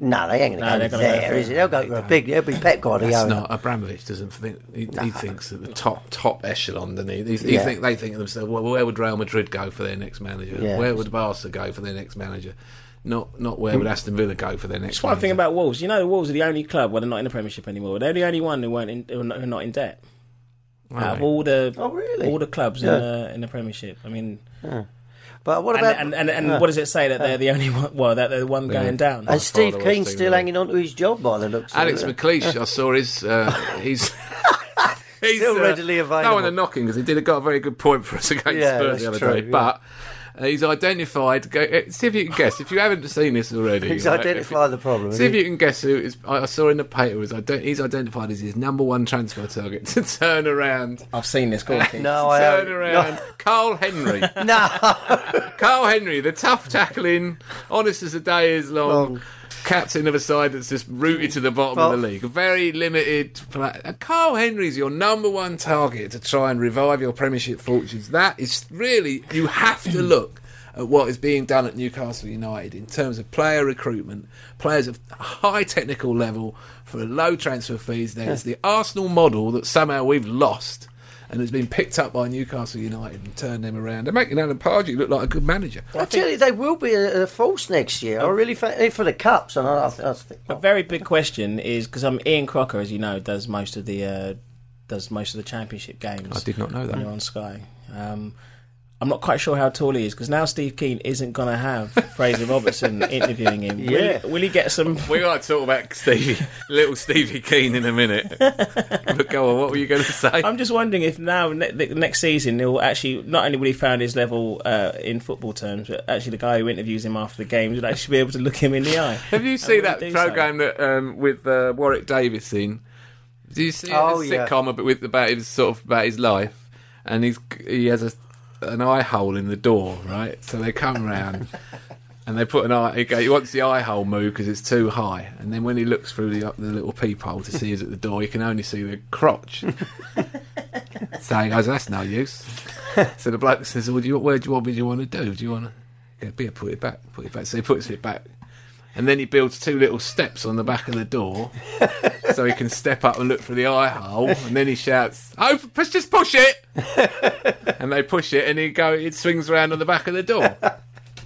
No, they ain't going
No,
to
they're
go
gonna go
there,
for-
is it? They'll go for a big. They'll be Pep
That's
Guardiola.
not Abramovich. Doesn't think he, he thinks at the top top echelon. Doesn't he? He, he
Yeah.
think they think of themselves. Well, where would Real Madrid go for their next manager?
Yeah.
Where would Barca go for their next manager? Not not where
Mm.
would Aston Villa go for their next.
It's one thing
manager.
about Wolves. You know, the Wolves are the only club where they're not in the Premiership anymore. They're the only one who weren't in, who are not- who are not in debt. Out of
Right.
all the
Oh, really?
all the clubs
Yeah.
in, the, in the Premiership, I mean,
But what
and
about
and, and, and
Yeah.
what does it say that they're the only one? Well, that they're the one going down.
And Steve
Father was
Keane's
thinking
still
that.
hanging on to his job by the looks.
Alex
of it.
McLeish, I saw his. Uh, he's he's
Still readily
No
available.
one to knock him because he did got a very good point for us against
Yeah,
Spurs the other
that's
day.
true, yeah.
But uh, he's identified. Go, uh, see if you can guess. If you haven't seen this already, uh,
He's
right, if
identified
you-
the problem.
See if you can guess who is. I I saw in the paper was ident- he's identified as his number one transfer target to turn around.
I've seen this. Go on, Keith.
No, Oh, I uh,
Turn
haven't.
around, Carl Henry.
No,
Carl Henry, the tough tackling, honest as the day is long, captain of a side that's just rooted to the bottom of the
Well-
league. Very limited. Play- and Carl Henry's your number one target to try and revive your Premiership fortunes. That is really, you have to look. At what is being done at Newcastle United in terms of player recruitment, players of high technical level for low transfer fees. There's the Arsenal model that somehow we've lost and has been picked up by Newcastle United and turned them around. They're making Alan Pardew look like a good manager.
I tell you, they will be a, a force next year. I really think for the cups, and I, I, th- I think
A very big question is because I'm Ian Crocker, as you know, does most of the uh, does most of the championship games.
I did not know that.
when you're on Sky. Um, I'm not quite sure how tall he is because now Steve Keane isn't going to have Fraser Robertson interviewing him.
Yeah.
Will, will he get some?
We got to talk about Stevie, little Stevie Keane, in a minute. but go on, what were you going to say?
I'm just wondering if now ne- the next season he'll actually not only will he found his level uh, in football terms, but actually the guy who interviews him after the games will actually be able to look him in the eye.
Have you seen
will
that
do so.
program that um, with uh, Warwick Davis in? Do you see it?
Oh,
a
yeah.
sitcom about with about his sort of about his life, and he's he has a an eye hole in the door, right? So they come round. And they put an eye. He, go, he wants the eye hole moved because it's too high. And then when he looks through the, the little peephole to see who's at the door, he can only see the crotch. so he goes, "That's no use." So the bloke says, well, do you, where do you want me? Do you want to do? Do you want to yeah, beer? Put it back. Put it back. So he puts it back, and then he builds two little steps on the back of the door, so he can step up and look for the eye hole. And then he shouts, "Oh, push, just push it!" and they push it, and he go. It swings around on the back of the door.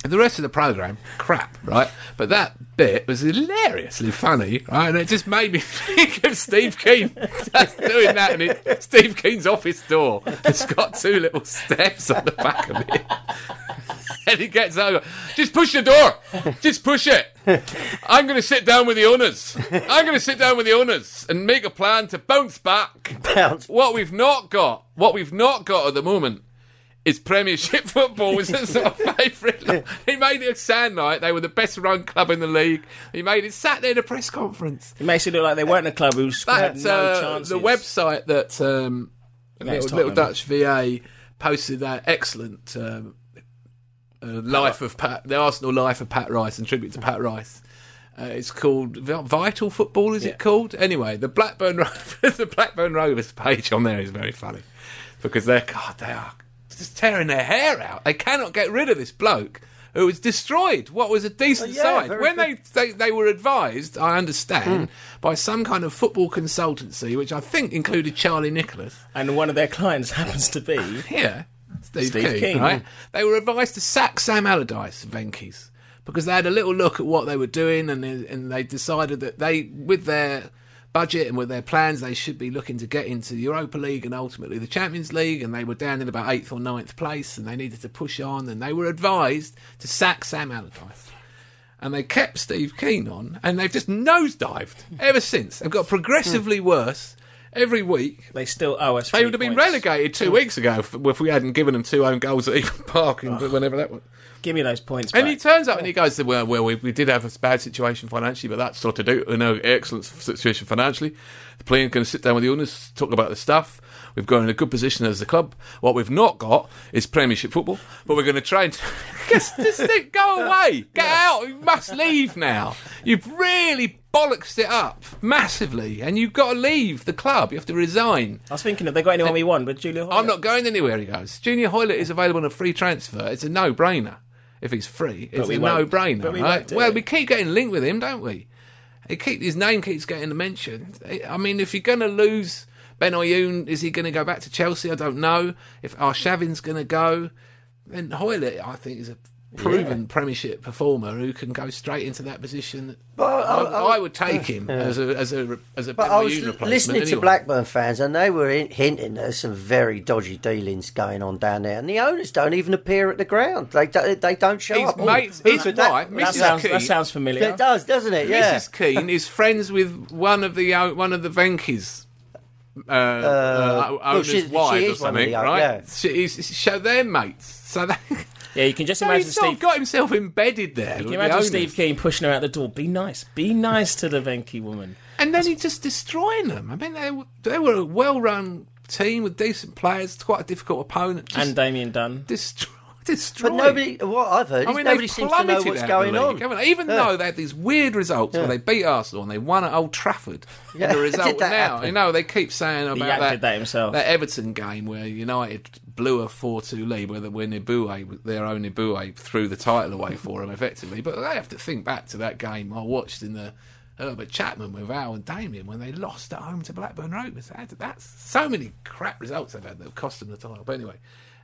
And the rest of the program, crap, right? But that bit was hilariously funny, right? And it just made me think of Steve Keane just doing that, and it, Steve Keane's office door. It's got two little steps on the back of it, and he gets over. Just push the door. Just push it. I'm going to sit down with the owners. I'm going to sit down with the owners and make a plan to bounce back.
Bounce.
What we've not got, what we've not got at the moment, is Premiership football was his sort of favourite. He made it sound like they were the best run club in the league. He made it sat there in a press conference.
It makes it look like they weren't a club who had
That
no
uh,
chances.
the website that um,
it's
little, little
Tottenham.
Dutch VA posted that excellent um, uh, life of Pat, the Arsenal life of Pat Rice and tribute to Pat Rice. Uh, it's called Vi- Vital Football, is it called? Anyway, the Blackburn Rovers, the Blackburn Rovers page on there is very funny because they're God, they are just tearing their hair out. They cannot get rid of this bloke who was destroyed. What was a decent
Oh, yeah,
side
very
when
good. Hmm.
they, they they were advised, I understand, by some kind of football consultancy, which I think included Charlie Nicholas.
and one of their clients happens to be
Yeah, Steve,
Steve
Keane,
Keane,
right?
yeah.
They were advised to sack Sam Allardyce, Venkies, because they had a little look at what they were doing, and they, and they decided that they, with their budget and with their plans, they should be looking to get into the Europa League and ultimately the Champions League. And they were down in about eighth or ninth place, and they needed to push on. And they were advised to sack Sam Allardyce. And they kept Steve Keane on, and they've just nosedived ever since. They've got progressively worse every week.
They still owe us.
They
three
would have been
points.
relegated two weeks ago if, if we hadn't given them two own goals at Eaton Park and whenever that was.
Give me those points.
And
back.
he turns up and he goes, "Well, well we, we did have a bad situation financially, but that's sort of do. You know, excellent situation financially. The playing can sit down with the owners, talk about the stuff. We've got in a good position as a club. What we've not got is Premiership football, but we're going to try and just, just think, go away, get out. You must leave now. You've really bollocksed it up massively, and you've got to leave the club. You have to resign."
I was thinking if they got anyone we want, but Julia.
I'm not going anywhere, he goes. Junior Hoylett is available on a free transfer. It's a no brainer. If he's free, it's
we
a no
won't-
brainer.
but we
right?
won't do
well,
it.
we keep getting linked with him, don't we? He keep, his name keeps getting mentioned. I- I mean, if you're going to lose Ben Ayoun, is he going to go back to Chelsea? I don't know. If Arshavin's going to go, then Hoylett, I think, is a proven Premiership performer who can go straight into that position. But I, I would take him as a as a as a
But
Ben
I was
Ayoun
l-
replacement.
listening to
anyway.
Blackburn fans, and they were in- hinting there's some very dodgy dealings going on down there, and the owners don't even appear at the ground. They do, they don't show
His
up. Oh,
mates,
who
his
could that-
wife,
That
Mrs.
sounds,
Keane-
that sounds familiar.
It does, doesn't it? Yeah.
Mrs. Keane is friends with one of the o- one of the Venkies. Uh, uh, o-
well,
owner's
she- she
wives or
is one of
something,
the o-
right?
yeah.
She- he's- so they're mates. So they,
Yeah, you can just
so
imagine
he's sort of
Steve.
got himself embedded there. with
You can
the
imagine
owners.
Steve Keane pushing her out the door. Be nice. Be nice to the Venky woman.
and then he's just destroying them. I mean, they were- they were a well-run team with decent players, quite a difficult opponent, just
And Damien Dunn.
destroy, destroy.
But nobody, what I've heard is
I mean,
nobody
they've
seems to know
plummeted
what's
out of
going
the league,
on.
haven't they? Even
Yeah.
though they had these weird results where they beat Arsenal and they won at Old Trafford,
Yeah,
and the
did
result now,
that happen?
you know, they keep saying about
Yak
that,
did that himself.
that Everton game where United blew a 4 2 lead, where, the- where Nibue, their own Nibue, threw the title away for them effectively. But they have to think back to that game I watched in the. Herbert Chapman with Al and Damien when they lost at home to Blackburn Rovers. That- That's so many crap results they've had that have cost them the title. But anyway,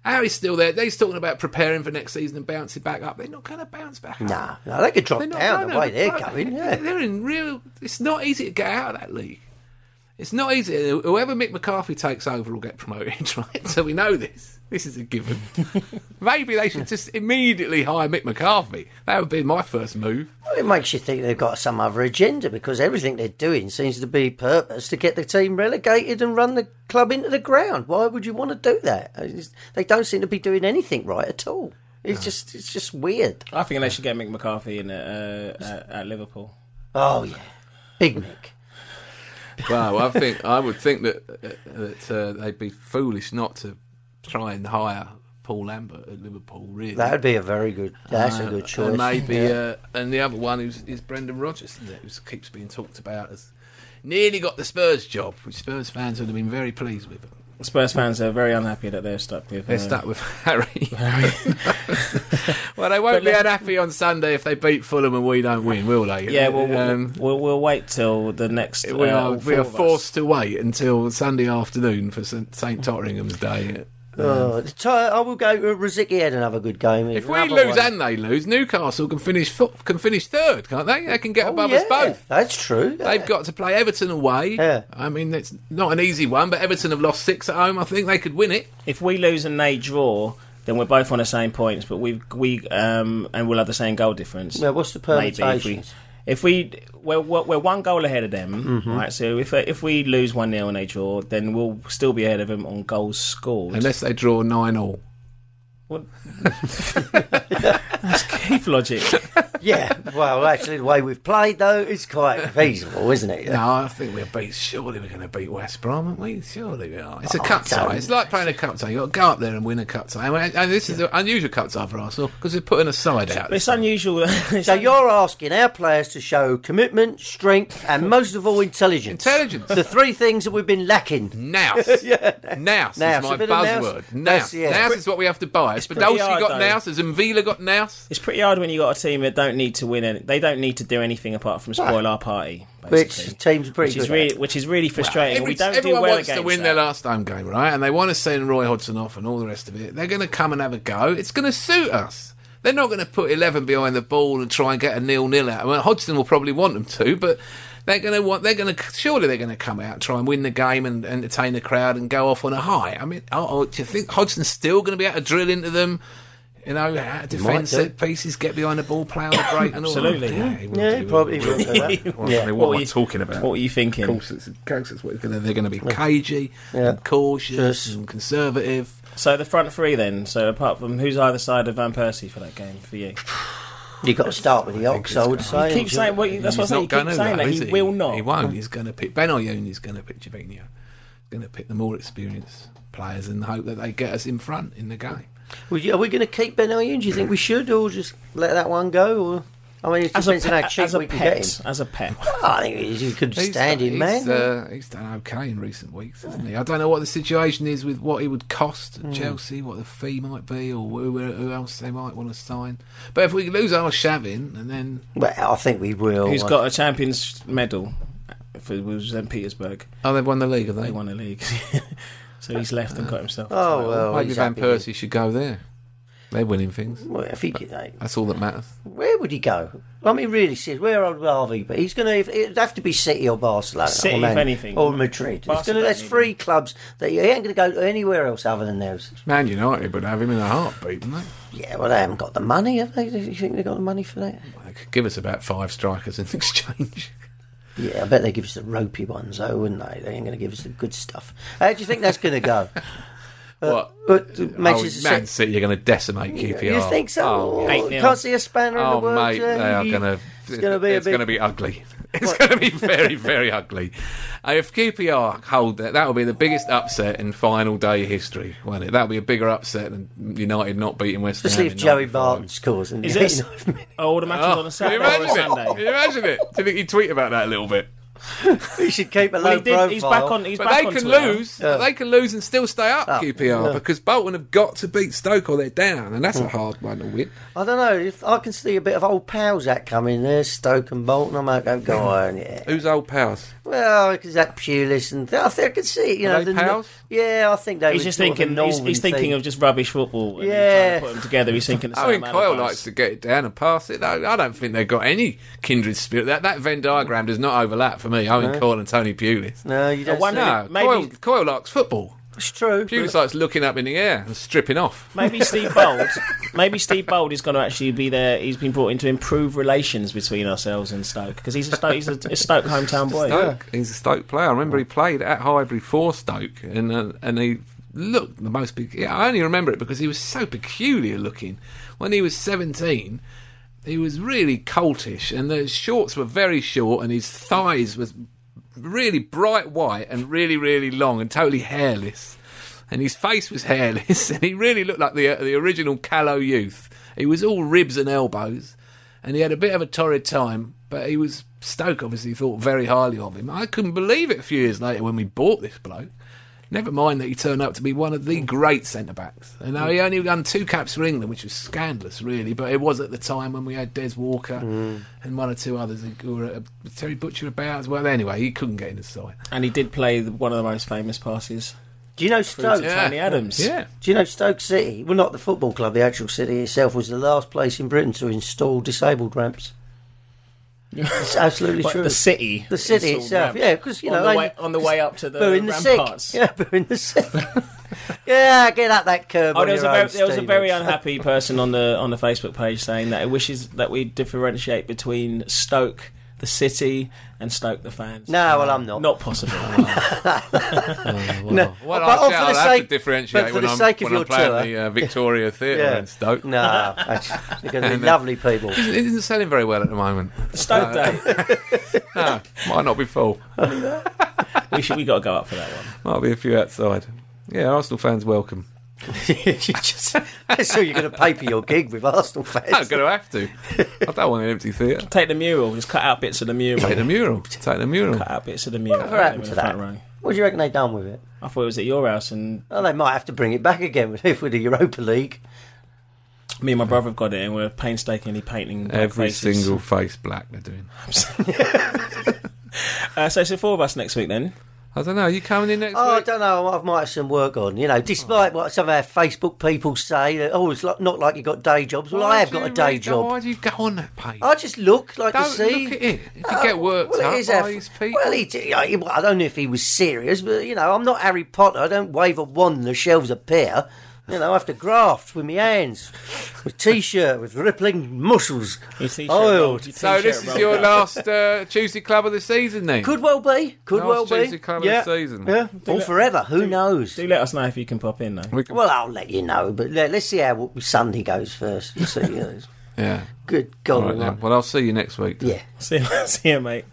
Harry's still there. He's talking about preparing for next season and bouncing back up. They're not going to bounce back up.
Nah, no, they could drop
They're not
down
gonna.
the way they're
But
going. Yeah.
They're in real. It's not easy to get out of that league. It's not easy. Whoever Mick McCarthy takes over will get promoted, right? So we know this. This is a given. Maybe they should just immediately hire Mick McCarthy. That would be my first move.
Well, it makes you think they've got some other agenda because everything they're doing seems to be purpose to get the team relegated and run the club into the ground. Why would you want to do that? I just- They don't seem to be doing anything right at all. It's just, it's just weird.
I think they should get Mick McCarthy in at, uh, at, at Liverpool.
Oh yeah, Big Mick.
Well, I think I would think that that uh, they'd be foolish not to try and hire Paul Lambert at Liverpool. Really,
That would be a very good. That's a good choice.
Uh, And maybe, uh, and the other one is, is Brendan Rodgers, isn't it, who keeps being talked about as nearly got the Spurs job, which Spurs fans would have been very pleased with.
Spurs fans are very unhappy that they're stuck with.
They're
uh,
stuck with Harry. well, they won't
But
be
let-
unhappy on Sunday if they beat Fulham and we don't win, will they?
Yeah, we'll, we'll,
Um,
we'll, we'll wait till the next.
we
uh,
are, we
four
are
of us.
forced to wait until Sunday afternoon for St. St. Totteringham's Day.
Oh, the ti- I will go. uh, Rizicki had another good game.
If we
Another
lose
one.
and they lose, Newcastle can finish fo- can finish third, can't they? They can get
Oh,
above
yeah,
us both.
That's true. yeah.
They've got to play Everton away.
Yeah.
I mean, it's not an easy one, but Everton have lost six at home. I think they could win it.
If we lose and they draw, then we're both on the same points, but we we um and we'll have the same goal difference.
Yeah, what's the
Maybe
permutations?
if we, if we we're, we're we're one goal ahead of them,
Mm-hmm.
right? So if uh, if we lose one 0 and they draw, then we'll still be ahead of them on goals scored.
Unless they draw nine all.
What? That's cave logic.
Yeah. Well, actually, the way we've played though is quite feasible, isn't it?
No, I think we'll beat. Surely we're going to beat West Brom, aren't we? Surely we are. It's a cup
Oh, don't.
tie. It's like playing a cup tie. You've got to go up there and win a cup tie. And- And this is an unusual cup tie for Arsenal because they're putting a side out.
But it's unusual. It's
So
un-
you're asking our players to show commitment, strength, and most of all, intelligence.
Intelligence.
The three things that we've been
Mm.
lacking.
Now, now is
Nous,
my
a bit of nous.
buzzword. Now,
Nous, yeah.
is what we have to buy. Has
pretty
Podolski
hard,
got
though.
now? Has Mvila got now?
It's pretty hard when you got a team that don't need to win. Any, they don't need to do anything apart from spoil our party,
Which
basically.
team's pretty
which is
good
really, which is really frustrating. and
Every-
we don't
everyone
do well
wants
against
to win
that.
their last home game, right? And they want to send Roy Hodgson off and all the rest of it. They're going to come and have a go. It's going to suit us. They're not going to put eleven behind the ball and try and get a nil nil out. I mean, Hodgson will probably want them to, but They're going to want. They're going to surely they're going to come out, try and win the game, and entertain the crowd, and go off on a high. I mean, oh, oh, do you think Hodgson's still going to be able to drill into them? You know, how to defend
do.
set pieces, get behind the ball, play on the break, and all
Absolutely.
That. Yeah, he will
Yeah,
do,
he
will
probably
do.
will do that.
Well, I
yeah.
mean, what,
What
am
are
I
you-
talking about?
What are you thinking?
Of course, it's, of course it's what gonna, they're going to be cagey, and cautious,
Yes.
and conservative.
So the front three then. So apart from who's either side of Van Persie for that game for you?
You've got to start with the ox, I would say.
Keep saying what you, that's what
He's
I'm saying.
not
You keep
gonna,
saying
though,
that
is
he will not.
He won't. He's going to pick Ben Oyun. He's going to pick Jovino. He's going to pick the more experienced players and hope that they get us in front in the game.
Would you, are we going to keep Ben Ayoun? Do you think we should, or just let that one go? Or I mean, it
As a,
depends on
pe-
how cheap
as a
we can get
pet,
him.
as a pet,
I think he's a good
He's
standing
done,
man.
He's, uh, he's done okay in recent weeks, hasn't he? I don't know what the situation is with what he would cost
Hmm.
at Chelsea, what the fee might be, or who, who else they might want to sign. But if we lose our Shavin, and then
well, I think we will.
who's got a Champions medal for was St Petersburg.
oh, they've won the league, have
They
they?
won a league, so he's left and got himself. a
Oh
title.
well,
Maybe
he's
Van
happy.
Persie should go there. They're winning things.
Well, if he, could- like,
That's all that matters.
where would he go? I mean, really, says where would Harvey? But he's going to it'd have to be City or Barcelona,
City,
or
if
Man-
anything.
or Madrid. It's gonna,
Barcelona
there's
maybe.
three clubs that he ain't going to go anywhere else other than those.
Man United would have him in a heartbeat, wouldn't
Yeah, well, they haven't got the money, have they? Do you think they've got the money for that?
they? They could give us about five strikers in exchange.
Yeah, I bet they give us the ropey ones, though, wouldn't they? They ain't going to give us the good stuff. How do you think that's going to go?
what?
But
Oh,
Uh, Manchester
Man
City.
City are going to decimate QPR.
You think so?
Oh,
yeah.
Oh, Can't see a spanner in
Oh,
the world.
mate,
eh?
they are going to.
It's going to be
It's
a
going to
bit.
be ugly. It's going to be very, very ugly. Uh, if QPR hold that, that will be the biggest upset in final day history, won't it? That'll be a bigger upset than United not beating West
Especially
Ham.
if
in
Joey
95.
Barton scores. And
Is this all the matches
Oh,
on a
can you
Saturday or a
imagine it? Can
Sunday?
you imagine it? Do you think he'd tweet about that a little bit?
he should keep a low
Well, he did.
profile.
He's back on. He's
But
back
they
on
can
Twitter.
lose. They can lose and still stay
Ah.
up, QPR, because Bolton have got to beat Stoke or they're down, and that's a hard one to win.
I don't know. If I can see a bit of old pals that coming there, Stoke and Bolton. I might go, go on, yeah.
Who's old pals?
Well, because that Pulis and th- I think I can see, it, you
Are
know,
they
the,
pals?
yeah, I think they.
He's
were
just
sort of a
thinking. He's,
northern
he's thinking
thing.
of just rubbish football. And
Yeah.
yeah. Trying to put them together. He's thinking. Of
Owen
Sam
Coyle
Allardyce.
likes to get it down and pass it. I, I don't think they've got any kindred spirit. That that Venn diagram does not overlap for me. Owen Coyle and Tony Pulis.
No, you don't.
I wonder-
see it.
No,
maybe-
Coyle, Coyle likes football.
it's true.
Pulis
but-
likes looking up in the air and stripping off.
Maybe Steve Bold. maybe Steve Bold is going to actually be there. He's been brought in to improve relations between ourselves and Stoke because he's a Stoke. He's a, a Stoke hometown boy.
Stoke. He's a Stoke player. I remember he played at Highbury for Stoke, and uh, and he looked the most. Be- yeah, I only remember it because he was so peculiar looking. When he was seventeen, he was really coltish, and his shorts were very short, and his thighs was really bright white and really really long and totally hairless. And his face was hairless, and he really looked like the uh, the original callow youth. He was all ribs and elbows and he had a bit of a torrid time, but he was Stoke obviously thought very highly of him. I couldn't believe it a few years later when we bought this bloke. Never mind that he turned out to be one of the great centre backs. And now he only won two caps for England, which was scandalous, really. But it was at the time when we had Des Walker
Mm.
and one or two others who were uh, Terry Butcher about as well. Anyway, he couldn't get in the side.
And he did play the- one of the most famous passes.
Do you know
to
Stoke?
Tony Adams.
Yeah,
Do you know Stoke City? Well, not the football club. The actual city itself was the last place in Britain to install disabled ramps. it's absolutely
But
true.
the city.
The city
is all
itself,
ramp-
yeah, 'cause, you
on
know,
the
I-
way, on the way up to the
booing the sick.
ramparts.
Yeah, booing the sick. yeah, get out that curb.
Oh,
on
there was, a
your
very,
own,
there was a very
Stevens.
unhappy person on the on the Facebook page saying that it wishes that we differentiate between Stoke the city and Stoke the fans.
No, well, I'm not.
Not possible.
no.
Well,
But
I'll, say
oh, for the
I'll have
sake-
to differentiate
but for
when
the
I'm,
sake of
when I'm
your
playing
tour-
the uh, Victoria Theatre
Yeah.
in Stoke.
No, actually, they're going to be lovely people.
It isn't selling very well at the moment.
Stoke Day.
No, might not be full.
We should. We got to go up for that one.
Might be a few outside. Yeah, Arsenal fans welcome.
You just- so you're going to pay for your gig with Arsenal fans.
I'm going to have to. I don't want an empty theatre.
Take the mural. Just cut out bits of the mural.
Take the mural. Take the mural.
cut out bits of the mural.
Whatever happened
In
to
the
that?
front row.
What do you reckon they done with it?
I thought it was at your house, and
Well, they might have to bring it back again if we're the Europa League.
me and my brother have got it, and we're painstakingly painting black
Every
faces.
single face black they're doing.
Uh, so it's the four of us next week then.
I don't know. Are you coming in next
Oh, I
week?
don't know. I might have some work on. You know, despite what some of our Facebook people say, that, oh, it's like, not like you got day jobs. Well, I
Why
have
do
got a
you
day
read-
job.
Why do you go on that page?
I just look like
Don't
you see.
look at it. If you
Oh,
get worked
it
up
is
by
a-
these people,
Well, he, did- I I don't know if he was serious, but you know, I'm not Harry Potter. I don't wave a wand and the shelves appear. You know, I have to graft with my hands, with t-shirt, with rippling muscles.
Your t-shirt
Oiled.
rolled, your
Oh, so
t-shirt
this is
rolled
your
up.
last uh, Tuesday club of the season, then.
Could well be. Could
Last
well
Tuesday
be.
club of
yeah.
the season.
Yeah. Or forever. Who knows?
Do let us know if you can pop in though.
We can-
Well, I'll let you know, but let, us see how w- Sunday goes first. You see, you know,
yeah.
good
All
God.
right, then.
almighty.
Well, I'll see you next week.
uh, yeah.
See, you- see you, mate.